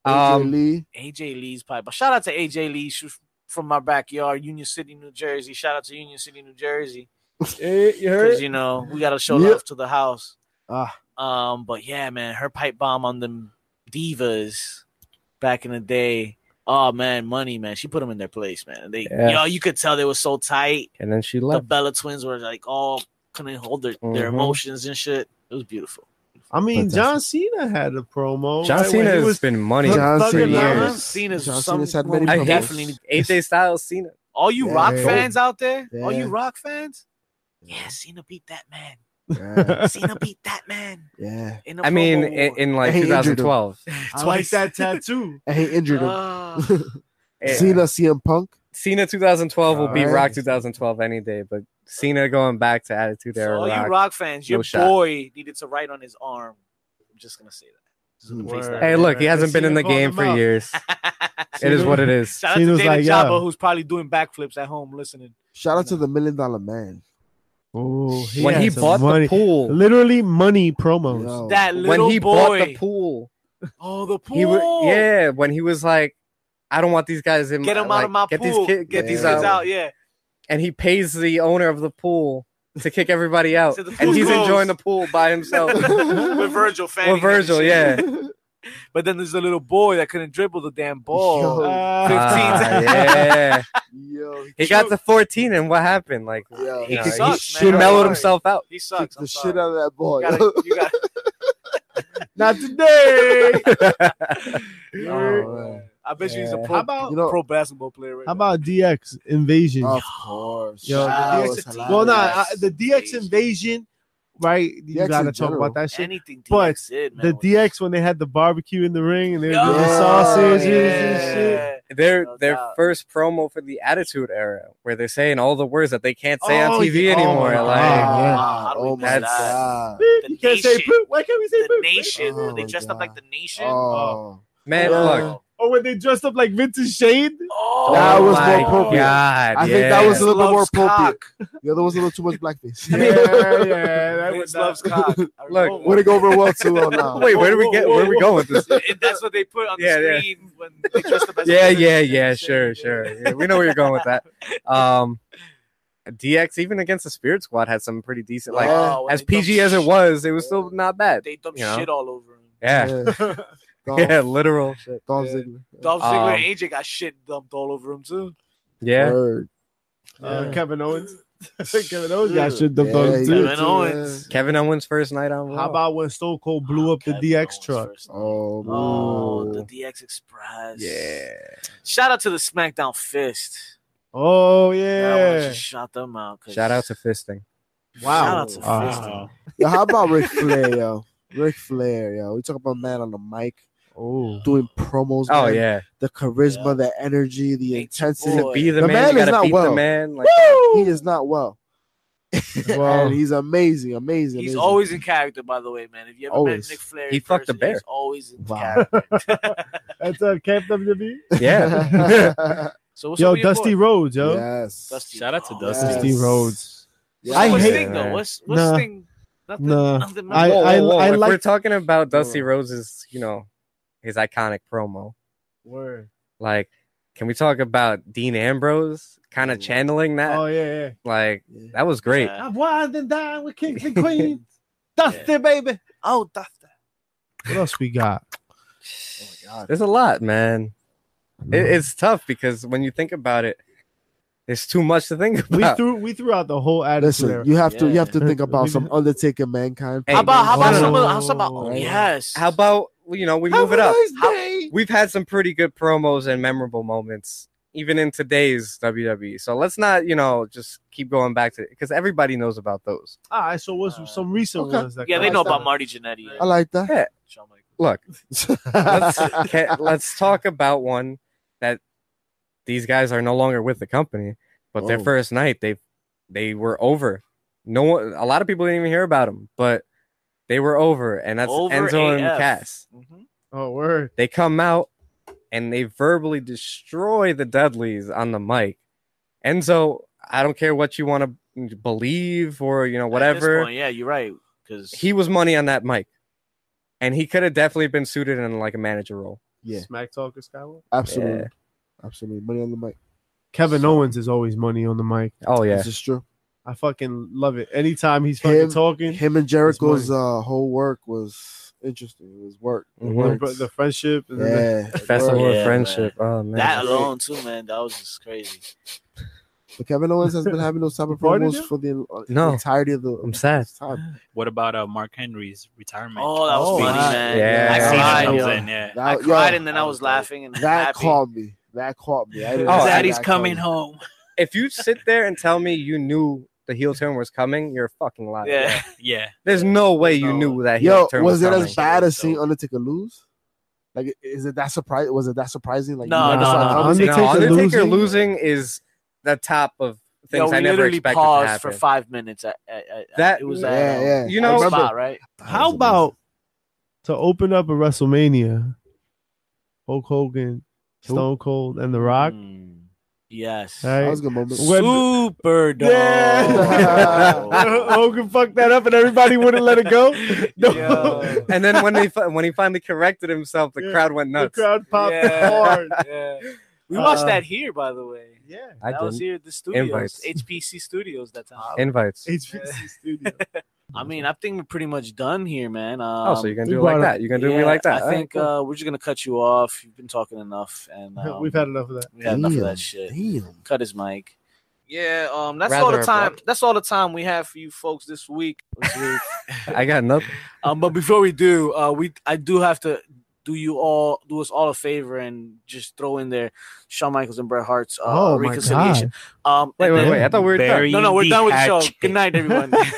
S4: AJ
S6: Um,
S4: Lee.
S1: AJ Lee's pipe. bomb. Shout out to AJ Lee. She's from my backyard, Union City, New Jersey. Shout out to Union City, New Jersey.
S2: Eh, you heard?
S1: Because you know we gotta show
S4: Yeah.
S1: love to the house.
S4: Ah.
S1: Um, but yeah, man, her pipe bomb on them divas back in the day. Oh man, money, man. She put them in their place, man. They,
S6: Yeah.
S1: yo, you could tell they were so tight.
S6: and then she
S1: The
S6: left.
S1: Bella twins were like all couldn't hold their, their
S6: Mhm.
S1: emotions and shit. It was beautiful.
S2: I mean,
S6: Fantastic.
S2: John Cena had a promo.
S6: John
S2: right, when
S6: Cena
S2: he
S6: has
S2: was
S6: been money.
S4: John
S6: for
S4: Cena.
S6: years.
S1: John Cena's
S4: John
S1: some
S4: Cena's had many
S1: we
S6: promos.
S1: definitely need-
S6: AJ Styles, Cena.
S1: all you
S4: Yeah.
S1: rock
S4: Yeah.
S1: fans out there, all
S4: Yeah.
S1: you rock fans, yeah, Cena beat that man.
S4: Yeah.
S1: Cena beat that man.
S4: yeah.
S1: In a
S6: I mean,
S1: promo
S6: in,
S1: war.
S6: in like
S4: Hey, Andrew,
S6: 2012.
S2: I like that tattoo.
S4: And he injured him.
S1: Ah.
S6: Eh,
S4: Cena, CM Punk.
S6: Cena 2012 will beat
S4: Alright.
S6: Rock 2012 any day, but Cena going back to Attitude
S1: So
S6: Era
S1: all
S6: Rock.
S1: you rock fans,
S6: No
S1: your
S6: shot.
S1: boy needed to write on his arm. I'm just gonna say that. Just gonna
S2: Word.
S1: face that.
S6: Hey, look, he hasn't been in the
S2: Cena called
S6: game
S2: him
S6: for
S2: out.
S6: years. It is what it is.
S1: Shout out
S2: Cena's
S1: to Dana
S2: like, yeah.
S1: Chaba, who's probably doing backflips at home listening.
S4: Shout out to the Million Dollar Man.
S2: Oh, he
S6: When
S2: had
S6: he
S2: some
S6: bought
S2: money.
S6: the pool,
S2: literally money promos.
S4: Yo.
S1: That little
S6: Oh. when he
S1: boy.
S6: bought the pool,
S1: Oh, the pool.
S6: he was yeah. When he was like, "I don't want these guys in.
S1: Get him
S6: like,
S1: out of my
S6: get
S1: pool.
S6: These ki- get
S4: Yeah.
S6: these
S1: kids
S6: out.
S1: out. Yeah.
S6: And he pays the owner of the pool to kick everybody out,
S1: So the
S6: and
S1: pool's
S6: he's
S1: closed.
S6: enjoying the pool by himself.
S1: With Virgil fanning him
S6: Or
S1: and
S6: Virgil,
S1: shit.
S6: yeah.
S1: But then there's a little boy that couldn't dribble the damn ball.
S4: Yo.
S2: Ah,
S1: 15.
S6: Ah, yeah.
S4: Yo, he
S6: He got to 14, and what happened? Like,
S4: Yeah.
S6: he,
S1: He
S6: he-
S1: sucks,
S6: he
S1: man.
S6: mellowed
S1: Sorry.
S6: himself out.
S1: He
S4: kicked
S1: sucks. I'm
S4: the
S1: sorry.
S4: shit out of that boy.
S1: You gotta- you gotta-
S4: Not today.
S1: Oh, man. I bet you he's a
S6: Yeah.
S1: pro,
S2: How about-
S4: You know-
S1: pro basketball player. Right
S2: How about DX Invasion?
S4: of course.
S2: Yo,
S4: That
S2: the
S4: was
S1: DX
S4: hilarious.
S2: well, nah, I,
S1: yes.
S2: the DX Invasion, right? You
S4: DX in
S2: gotta talk
S4: general.
S2: about that
S1: now.
S2: shit.
S1: anything.
S2: But
S1: DX did, man,
S2: the
S1: was-
S2: DX when they had the barbecue in the ring and they were doing
S1: Yeah.
S2: the sausages
S1: Yeah.
S2: and shit.
S6: Their
S1: No
S6: their
S1: doubt.
S6: first promo for the Attitude Era, where they're saying all the words that they can't say
S2: Oh,
S6: on TV
S2: yeah. Oh,
S6: anymore.
S2: my
S6: like,
S2: God.
S1: How
S4: yeah.
S1: do we
S4: Ah, Oh,
S1: do
S4: my
S1: that?
S4: God.
S2: Boop,
S1: The
S2: you can't say
S1: nation.
S2: poop. Why can't we say
S1: the
S2: poop?
S1: nation.
S4: Oh
S1: they
S4: my
S1: dressed up like
S4: God.
S1: the nation.
S4: Oh,
S6: man,
S4: Yeah.
S6: look,
S2: Or when they dressed up like Vince Shade.
S1: Oh,
S4: That was
S6: my
S4: more appropriate.
S6: God,
S4: I think that
S6: yeah.
S4: was a little bit more
S1: Loves
S4: appropriate.
S1: cock.
S4: The other was a little too much blackface.
S2: yeah, yeah. That
S1: Vince
S2: was
S1: loves cock. I
S6: Look,
S1: remember.
S4: Would it go over well too well now?
S6: Wait, where do we get? Where are we going with this?
S1: And that's what they put on
S6: Yeah,
S1: the
S6: yeah.
S1: screen when they dressed up as
S6: Yeah,
S1: women.
S6: yeah, yeah. Sure, sure. Yeah, we know where you're going with that. Um, DX even against the Spirit Squad had some pretty decent. Like
S1: Oh, when
S6: as
S1: they
S6: PG
S1: dump
S6: as it
S1: sh-
S6: was, it was still not bad.
S1: they dumped
S6: you know?
S1: shit all over him.
S6: Yeah,
S4: Dolph,
S6: yeah, literal shit.
S4: Dolph Ziggler.
S1: Dolph Ziggler
S6: Um,
S1: and AJ got shit dumped all over him too.
S6: Yeah,
S4: Word.
S2: Uh, Kevin Owens. Kevin Owens got shit dumped on
S4: he
S2: him,
S1: Kevin
S2: too.
S4: did,
S1: Owens.
S6: Kevin Owens' first night on Raw.
S2: How about when Stone Cold blew up the
S1: Oh, Kevin Owens
S2: DX truck?
S1: first.
S4: yeah. Oh,
S1: Oh,
S4: ooh.
S1: the DX Express.
S6: Yeah.
S1: Shout out to the SmackDown Fist.
S2: Oh
S1: I want to
S2: yeah.
S1: just shout them out. 'cause-
S6: Shout out to fisting.
S1: Shout
S4: wow.
S1: out to Fist.
S5: Wow.
S4: Yo, how about Ric Flair, yo? Ric Flair, yo. We talk about man on the mic
S2: Oh.
S4: doing promos.
S6: Oh
S4: man.
S6: yeah.
S4: The charisma, the energy, the
S1: Ain't
S4: intensity.
S1: boy.
S6: To be the,
S4: The man
S6: man,
S4: is
S6: you gotta
S4: not
S6: beat
S4: well.
S6: the man. Like,
S4: He is not well.
S2: Well.
S4: and he's amazing, amazing.
S1: He's
S4: amazing.
S1: always in character, by the way, man. If you ever
S4: Always.
S1: met Nick Flair,
S6: He
S1: in
S6: fucked the
S1: person,
S6: bear.
S1: He's always in
S4: Wow.
S1: character.
S2: That's uh, Camp WWE.
S6: yeah.
S1: So what's up
S2: Yo,
S1: with your
S2: Dusty
S1: boy?
S2: Rhodes, yo.
S4: Yes.
S1: Dusty
S5: Shout out to
S1: Rhodes.
S5: Dusty.
S2: Dusty
S4: Yes.
S2: Rhodes.
S4: Yes.
S1: I
S2: I
S1: what's
S2: hate-
S1: Sting though? What's what's
S2: Nah.
S1: Sting? Nothing.
S2: Nah.
S1: nothing
S2: I-
S1: memorable.
S2: I- I
S6: Oh, if
S2: like-
S6: we're talking about Dusty Rose's, you know, his iconic promo.
S2: Word.
S6: Like, can we talk about Dean Ambrose kind of channeling that?
S2: Oh yeah, yeah.
S6: Like,
S4: Yeah.
S6: that was great.
S1: Yeah.
S2: I've whined and dined with kings and queens. Dusty, baby.
S1: oh, Dusty.
S2: What else we got?
S4: Oh my God.
S6: There's a lot, man. It,
S2: Mm.
S6: it's tough because when you think about it, it's too much to think
S2: We
S6: about.
S2: threw we threw out the whole attitude.
S4: Listen,
S2: era.
S4: you have to you
S1: Yeah.
S4: have to think about
S2: We-
S4: some Undertaker mankind.
S6: Hey,
S1: How about how about
S2: Oh.
S1: some of the, how about
S2: Oh.
S1: yes?
S6: how about you know we move it up?
S1: day.
S6: We've had some pretty good promos and memorable moments, even in today's WWE. So let's not you know just keep going back to it because everybody knows about those.
S2: All right, so what's some recent
S4: Okay.
S2: ones? That
S1: Uh, yeah, they
S2: come
S1: know
S2: out?
S1: about Marty Jannetty.
S4: I like that.
S1: Shawn Michaels.
S6: Look, let's,
S4: That's
S6: can, let's talk about one that these guys are no longer with the company, but their
S1: Oh.
S4: Whoa.
S6: first night they they were over. No one, a lot of people didn't even hear about them, but they were over, and that's
S1: Over
S6: Enzo and
S1: AF.
S6: Cass.
S1: Mhm.
S2: Oh word.
S6: They come out and they verbally destroy the Dudleys on the mic. Enzo, I don't care what you want to believe or you know
S1: At this
S6: whatever
S1: point, yeah, you're right. Because
S6: he was money on that mic and he could have definitely been suited in like a manager role
S4: Yeah.
S2: Smack talker Skywalker.
S4: absolutely,
S6: Yeah.
S4: absolutely. Money on the mic.
S2: Kevin Owens is always money on the mic.
S6: oh yeah
S4: This is true.
S2: I fucking love it. Anytime he's fucking
S4: Him-
S2: talking,
S4: Him and Jericho's
S2: money.
S4: uh, whole work was interesting. It was work. It
S6: Mhm.
S2: the,
S4: worked.
S2: bro- the friendship. And then
S4: yeah, it
S6: festival
S4: worked.
S6: of
S1: Yeah,
S6: friendship oh man
S1: that alone too, man, that was just crazy.
S4: But Kevin Owens has been having those type of
S2: Why did
S4: promos
S2: you?
S4: for the uh,
S6: No.
S4: entirety of the
S6: i'm sad
S4: time.
S5: What about uh, Mark Henry's retirement?
S1: Oh, that was
S4: Oh,
S1: funny,
S4: wow.
S1: man.
S6: Yeah.
S1: I
S6: That
S1: cried,
S5: comes
S1: yo.
S5: in, yeah.
S4: That,
S1: I
S4: yo,
S1: cried and then I was
S4: like,
S1: laughing and
S4: That
S1: happy.
S4: caught me. That caught me. I didn't
S6: Oh,
S4: see
S1: Daddy's
S4: that
S1: coming
S4: coming.
S1: home.
S6: if you sit there and tell me you knew the heel turn was coming you're fucking lying
S1: Yeah,
S5: Yeah.
S6: there's no way you knew that heel
S4: Yo,
S6: turn
S4: was
S6: was,
S4: it
S6: coming
S4: as bad as
S5: So-
S4: seeing Undertaker lose? Like, is it that surprise? Was it that surprising? Like,
S1: No,
S4: you never
S1: no,
S4: saw it
S1: no.
S4: coming?
S2: Undertaker
S6: no, undertaker
S2: losing?
S6: losing? is the top of
S1: yo,
S6: things
S1: we
S6: i never
S1: literally
S6: expected to
S1: paused for
S6: happen
S1: five minutes. At, at, at,
S6: That-
S1: it was
S4: Yeah,
S1: at,
S4: yeah.
S6: you
S1: I
S6: know
S1: remember, right?
S2: How about to open up a WrestleMania? Hulk Hogan, Stone Cold, and The Rock.
S1: Mm, yes.
S2: All
S4: That
S2: right.
S4: was a good moment.
S2: When-
S1: Super dog.
S4: Yeah.
S2: Hogan fucked that up, and everybody wouldn't let it go. No.
S1: Yo.
S6: and then when they fi- when he finally corrected himself the
S2: Yeah.
S6: crowd went
S2: the
S6: nuts
S2: crowd popped
S1: Yeah.
S2: hard.
S1: Yeah. We watched
S2: Uh,
S1: that here, by the way.
S2: Yeah,
S6: I
S1: that was
S6: didn't.
S1: here at the studios,
S6: Invites.
S1: HPC Studios. That time.
S6: invites
S2: HBC Studio.
S1: I mean, I think we're pretty much done here, man. Um,
S6: oh so you're gonna
S2: we
S6: do it
S2: brought
S6: like
S2: up-
S6: that you're gonna do
S1: yeah,
S6: me like that
S1: I
S6: All right,
S1: think
S6: cool.
S1: uh, we're just gonna cut you off. You've been talking enough, and um,
S2: We've had enough of that.
S1: we had enough of
S4: Damn,
S1: that shit.
S4: Damn.
S1: Cut his mic. Yeah, um, that's
S6: Rather
S1: all the time.
S6: abrupt.
S1: That's all the time we have for you folks this week. This week.
S6: I got nothing
S1: um, but before we do, uh, we I do have to do you all do us all a favor and just throw in there Shawn Michaels and Bret Hart's uh,
S2: Oh my
S1: reconciliation. Um,
S6: wait
S1: and
S6: wait
S1: then-
S6: wait i thought we were done.
S5: Barry
S1: No, no, we're
S5: the
S1: done with the show.
S5: hatchet.
S1: Good night, everyone.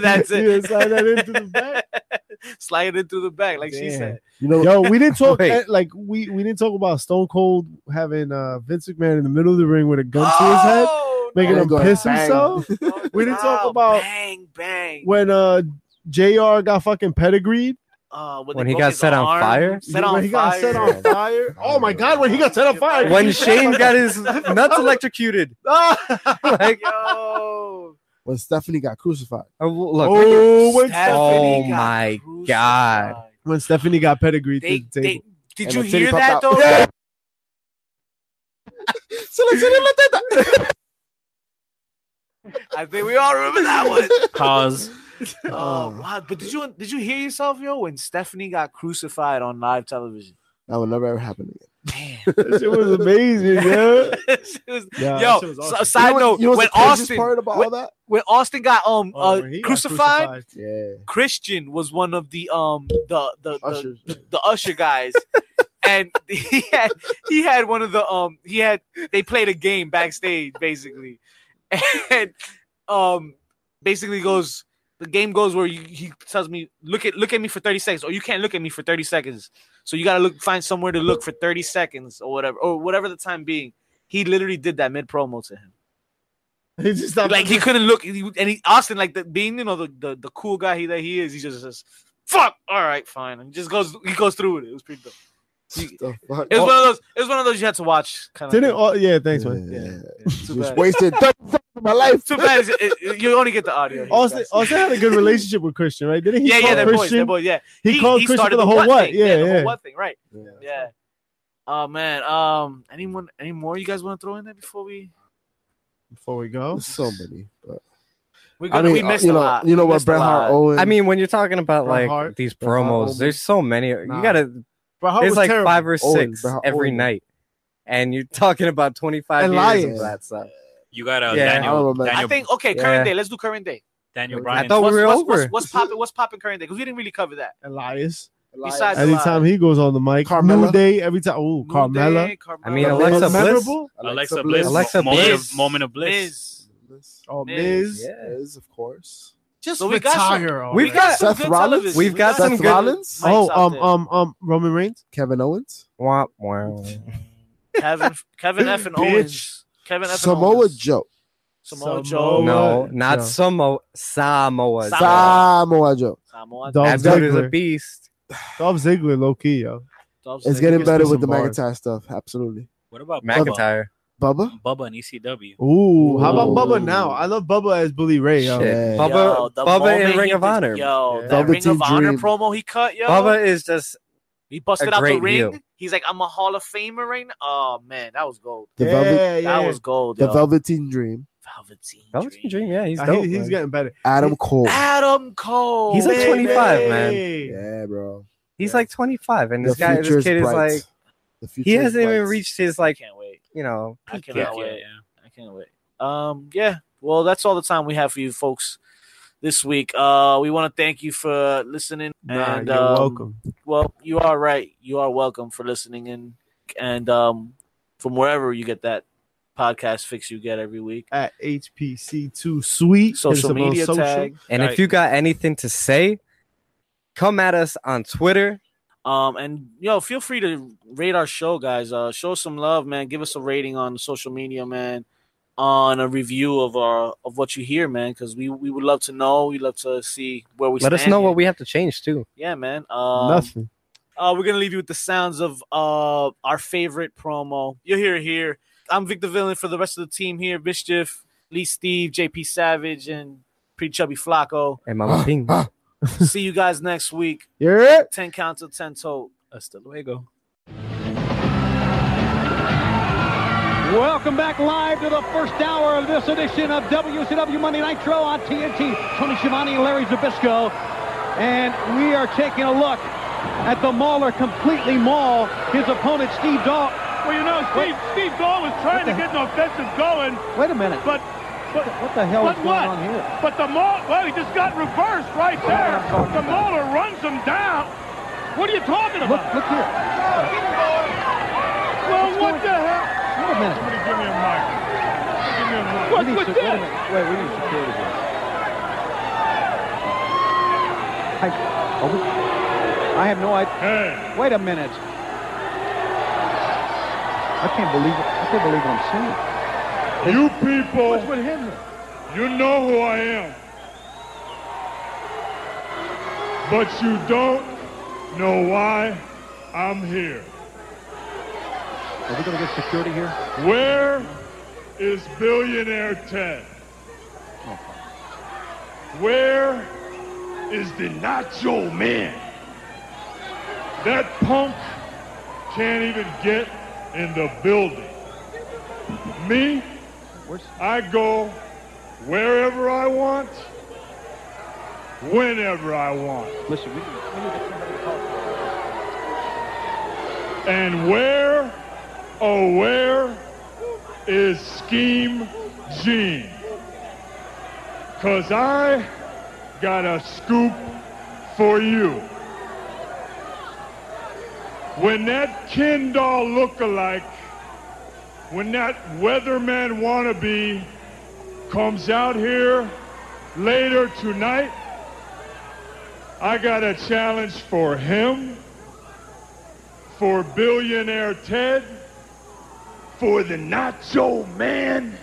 S1: That's it.
S2: You slide that into the back.
S1: Slide it in through the back, like she
S2: Damn.
S1: said.
S4: You know,
S2: Yo, we didn't talk
S6: Wait.
S2: eh, like we we didn't talk about Stone Cold having uh Vince McMahon in the middle of the ring with a gun to his head,
S1: Oh,
S2: making
S4: no.
S2: him
S4: Go
S2: piss
S4: bang.
S2: himself.
S1: no,
S2: we didn't talk
S1: no.
S2: about-
S1: bang bang.
S2: When uh Jr. got fucking pedigreed,
S1: uh,
S6: When
S1: they
S6: he
S1: broke
S6: got
S1: his
S6: set on
S1: arm,
S6: fire?
S1: Set
S2: when
S1: on
S2: he got
S1: fire.
S2: set on fire. Oh my god, when he got set on fire,
S6: when Shane got his nuts electrocuted.
S2: Oh,
S6: like,
S1: Yo.
S4: when Stephanie got crucified.
S6: oh, look,
S2: oh, when,
S1: Stephanie
S6: Oh
S1: got
S6: my
S1: crucified.
S6: God.
S2: when Stephanie got pedigreed,
S1: They,
S2: through the
S1: they,
S2: table.
S1: did
S4: And
S1: you
S4: the titty
S1: hear
S4: popped
S1: that
S4: out.
S1: though? I think we all remember that one.
S5: Pause.
S1: Oh wow! But did you did you hear yourself, yo? When Stephanie got crucified on live television,
S4: That would never ever happen again.
S2: That shit was amazing, yeah.
S1: It was-
S4: Uh,
S2: Yeah, that
S1: Yo,
S2: shit was
S1: so-
S2: awesome.
S1: side
S4: You know
S1: note:
S4: what- you know
S1: when
S4: what's the craziest
S1: Austin,
S4: part about
S1: when,
S4: all that?
S1: when Austin got um
S2: Oh,
S1: uh,
S2: when he got
S1: crucified,
S4: Yeah.
S1: Christian was one of the um the the the,
S4: Ushers.
S1: the, usher guys, and he had he had one of the um he had they played a game backstage basically, and um basically goes the game goes where you, he tells me look at look at me for thirty seconds or you can't look at me for thirty seconds so you gotta look find somewhere to look for thirty seconds or whatever or whatever the time being he literally did that mid promo to him
S2: He just stopped
S1: like he couldn't look, he- and he Austin like the, being you know the, the the cool guy he that he is, he just says, "Fuck, all right, fine," and just goes he goes through with it. It was pretty dope.
S4: The fuck?
S1: It was one of those. It was one of those you had to watch. Kind
S2: didn't.
S1: of.
S2: Oh, yeah, thanks,
S4: Yeah.
S2: man. Yeah.
S1: Too
S4: Just
S1: bad.
S4: wasted 30 seconds of my life.
S1: Too bad. it's- it- it- you only get the audio. here,
S2: Austin,
S1: guys.
S2: Austin had a good relationship with Christian, right? Didn't he?
S1: yeah,
S2: call
S1: yeah, they're boys.
S2: Christian?
S1: They're boys. Yeah,
S2: He, called Christian for the whole what?
S1: thing,
S2: Yeah,
S1: the
S2: yeah.
S1: whole what thing, right? Yeah. Oh man. Um. Anyone? Any more you guys want to throw in there before we?
S2: Before we go,
S4: So many. But
S1: We're
S4: I
S1: gonna,
S4: mean, uh,
S1: we missed
S4: you
S1: a
S4: know,
S1: lot.
S4: you know
S1: We
S4: what,
S1: missed a
S4: Bret
S1: lot.
S4: Hart Owen.
S6: I mean, when you're talking about
S2: Bret
S6: like
S2: Hart,
S6: these
S4: Bret Hart
S6: promos,
S4: Owens.
S6: there's so many.
S2: Nah.
S6: You gotta.
S2: Bret Hart
S6: There's
S2: was
S6: like
S2: terrible.
S6: five or
S4: Owens,
S6: six
S4: Bret Hart
S6: every
S4: Owens.
S6: night, and you're talking about 25
S4: And
S6: years
S4: lies.
S6: of that stuff.
S5: You got uh,
S6: Yeah, I
S5: Daniel.
S4: don't know, man.
S5: Daniel,
S1: I think okay,
S6: Yeah.
S1: current day. Let's do current day.
S5: Daniel
S4: I
S5: Bryan.
S6: I thought
S1: What's,
S6: we were
S1: what's,
S6: over.
S1: what's, what's popping? What's popping current day? Because we didn't really cover that.
S2: Elias.
S1: Besides
S2: Anytime he goes on the mic,
S4: Carmella.
S2: New Day every time. Ooh,
S1: New
S2: Carmella.
S1: Day, Carmella.
S6: I mean, Alexa
S4: Elias
S2: Most
S6: Bliss.
S2: memorable?
S5: Alexa, Bliss.
S6: Alexa
S5: moment
S1: Bliss.
S5: Of, moment of bliss.
S1: Miz.
S4: Bliss.
S2: Oh,
S1: Miz.
S2: Miz.
S4: Yes, of course.
S2: Just
S1: So we got some- We
S6: We've
S2: already.
S1: got
S6: got-
S1: some
S4: Seth
S1: good
S4: Rollins?
S1: television.
S6: We've
S1: We
S6: got some good-
S4: Rollins,
S1: Mike's
S2: Oh,
S1: out
S2: um,
S1: there.
S2: um, um, Roman Reigns.
S4: Kevin Owens,
S6: Womp womp.
S1: Kevin, Kevin F and
S2: Bitch.
S1: Owens. Kevin F and
S4: Samoa
S1: Owens.
S4: Joe,
S1: Samoa
S2: Samoa-
S1: Joe.
S6: No,
S2: Alright,
S6: not
S2: Oh, yeah.
S6: Samoa.
S1: Samoa.
S6: Samoa. Joe.
S4: Samoa Joe.
S1: Samoa Joe.
S2: Dolph
S6: That dude is a
S2: Ziggler.
S6: beast.
S2: Dolph Ziggler, low key, yo.
S1: Dolph
S4: It's
S1: Ziggler.
S4: getting
S2: Just do
S4: better
S2: some
S4: with the
S2: bars.
S4: McIntyre stuff, absolutely.
S5: What about Bubba?
S6: McIntyre.
S4: Bubba,
S5: Bubba E and ECW.
S2: Ooh, how about Bubba
S4: Ooh.
S2: now? I love Bubba as Bully Ray, yo.
S6: Shit.
S4: Yeah.
S1: Yo,
S6: Bubba,
S1: the
S6: Bubba
S1: moment
S6: in Ring
S1: he
S6: of
S1: did-
S6: Honor.
S1: Yo, that
S4: Bubba
S1: Ring of
S4: Team
S1: Honor
S4: Dream.
S1: promo he cut, yo.
S6: Bubba is just
S1: he busted out the
S6: great
S1: ring.
S6: heel.
S1: He's like, I'm a Hall of Famer right now. Oh man, that was gold.
S4: the,
S2: yeah,
S4: Velvet,
S2: yeah.
S1: That was gold.
S4: the
S1: yo.
S4: Velveteen Dream,
S1: Velveteen.
S6: Velveteen
S1: Dream.
S6: Dream. Yeah, he's
S2: Uh,
S6: dope.
S2: he- he's
S6: man.
S2: getting better.
S4: Adam Cole.
S1: Adam Cole.
S6: He's like
S1: Baby.
S6: 25, man.
S4: Yeah, bro.
S6: He's like 25, and this
S4: the
S6: guy,
S4: future
S6: this kid is
S4: bright.
S6: like, he
S4: The future is
S6: hasn't even
S4: bright.
S6: reached his
S1: I
S6: like,
S1: can't wait.
S6: you know,
S1: I
S6: peak
S1: cannot
S6: yet.
S1: wait. I can't wait. Um, yeah. Well, that's all the time we have for you folks this week. Uh, we want to thank you for listening.
S2: Nah,
S1: and
S2: you're
S1: um,
S2: welcome.
S1: Well, you are right. You are welcome for listening and and um, from wherever you get that podcast fix you get every week.
S2: At HPC2 Sweet. Hit us
S1: Social
S2: up on
S1: media
S2: social.
S1: tag.
S6: And
S5: Right.
S6: if you got anything to say, come at us on Twitter.
S1: Um, and yo, feel free to rate our show, guys. Uh, show some love, man. Give us a rating on social media, man. On a review of our of what you hear, man, because we we would love to know. We love to see where we
S6: Let us
S1: stand
S6: know
S1: here.
S6: what we have to change too.
S1: Yeah, man. Um,
S2: Nothing.
S1: uh, we're gonna leave you with the sounds of uh our favorite promo. You'll hear it here. I'm Vic the Villain for the rest of the team here: Mischief, Lee, Steve, JP Savage, and Pretty Chubby Flacco.
S6: And Mama Ping.
S1: See you guys next week.
S2: Yeah.
S1: Ten count to ten toe.
S5: Hasta luego.
S7: Welcome back live to the first hour of this edition of WCW Monday Nitro on TNT. Tony Schiavone and Larry Zabisco. And we are taking a look at the Mauler completely maul his opponent Steve Dahl.
S9: Well, you know, Steve, Steve Dahl was trying to get an offensive going,
S7: Wait a minute.
S9: but but
S7: What the hell is
S9: But
S7: going
S9: what?
S7: on here? Oh,
S9: but the Maul, well, he just got reversed right there. The Mauler runs him down. What are you talking
S7: Look,
S9: about?
S7: look here.
S9: well, what the hell?
S7: Wait a minute.
S9: Somebody give me a mic. Somebody Give me a mic.
S7: We
S9: What's
S7: need
S9: with
S7: se- Wait, a
S9: this?
S7: minute. Wait, we need security here. I, are we- I have no idea.
S9: Hey,
S7: Wait a minute. I can't believe it. I can't believe what I'm seeing.
S9: you people,
S7: What's with him?
S9: you know who I am. But you don't know why I'm here.
S7: Are we going to get security here?
S9: Where is billionaire Ted?
S7: Oh,
S9: Where is the nacho man? That punk can't even get in the building. Me,
S7: Where's-
S9: I go wherever I want, whenever I want.
S7: Listen, we, we need to
S9: And where Oh, where is Scheme Gene? Cause I got a scoop for you. When that Ken doll lookalike, when that weatherman wannabe comes out here later tonight, I got a challenge for him, for billionaire Ted, for the Nacho Man,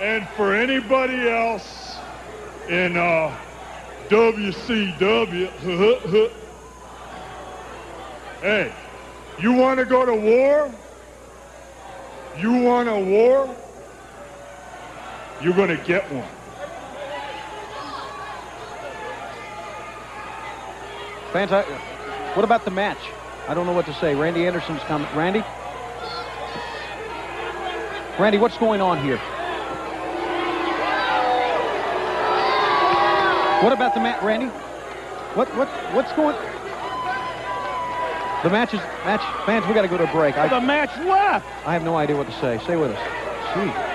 S9: and for anybody else in uh, WCW. hey, you want to go to war? You want a war? You're going to get one.
S7: Fantastic. What about the match? I don't know what to say. Randy Anderson's comment. Randy? Randy, what's going on here? What about the match, Randy? What what what's going? The match is match fans. We got to go to a break. I,
S9: The match left.
S7: I have no idea what to say. Stay with us. Gee.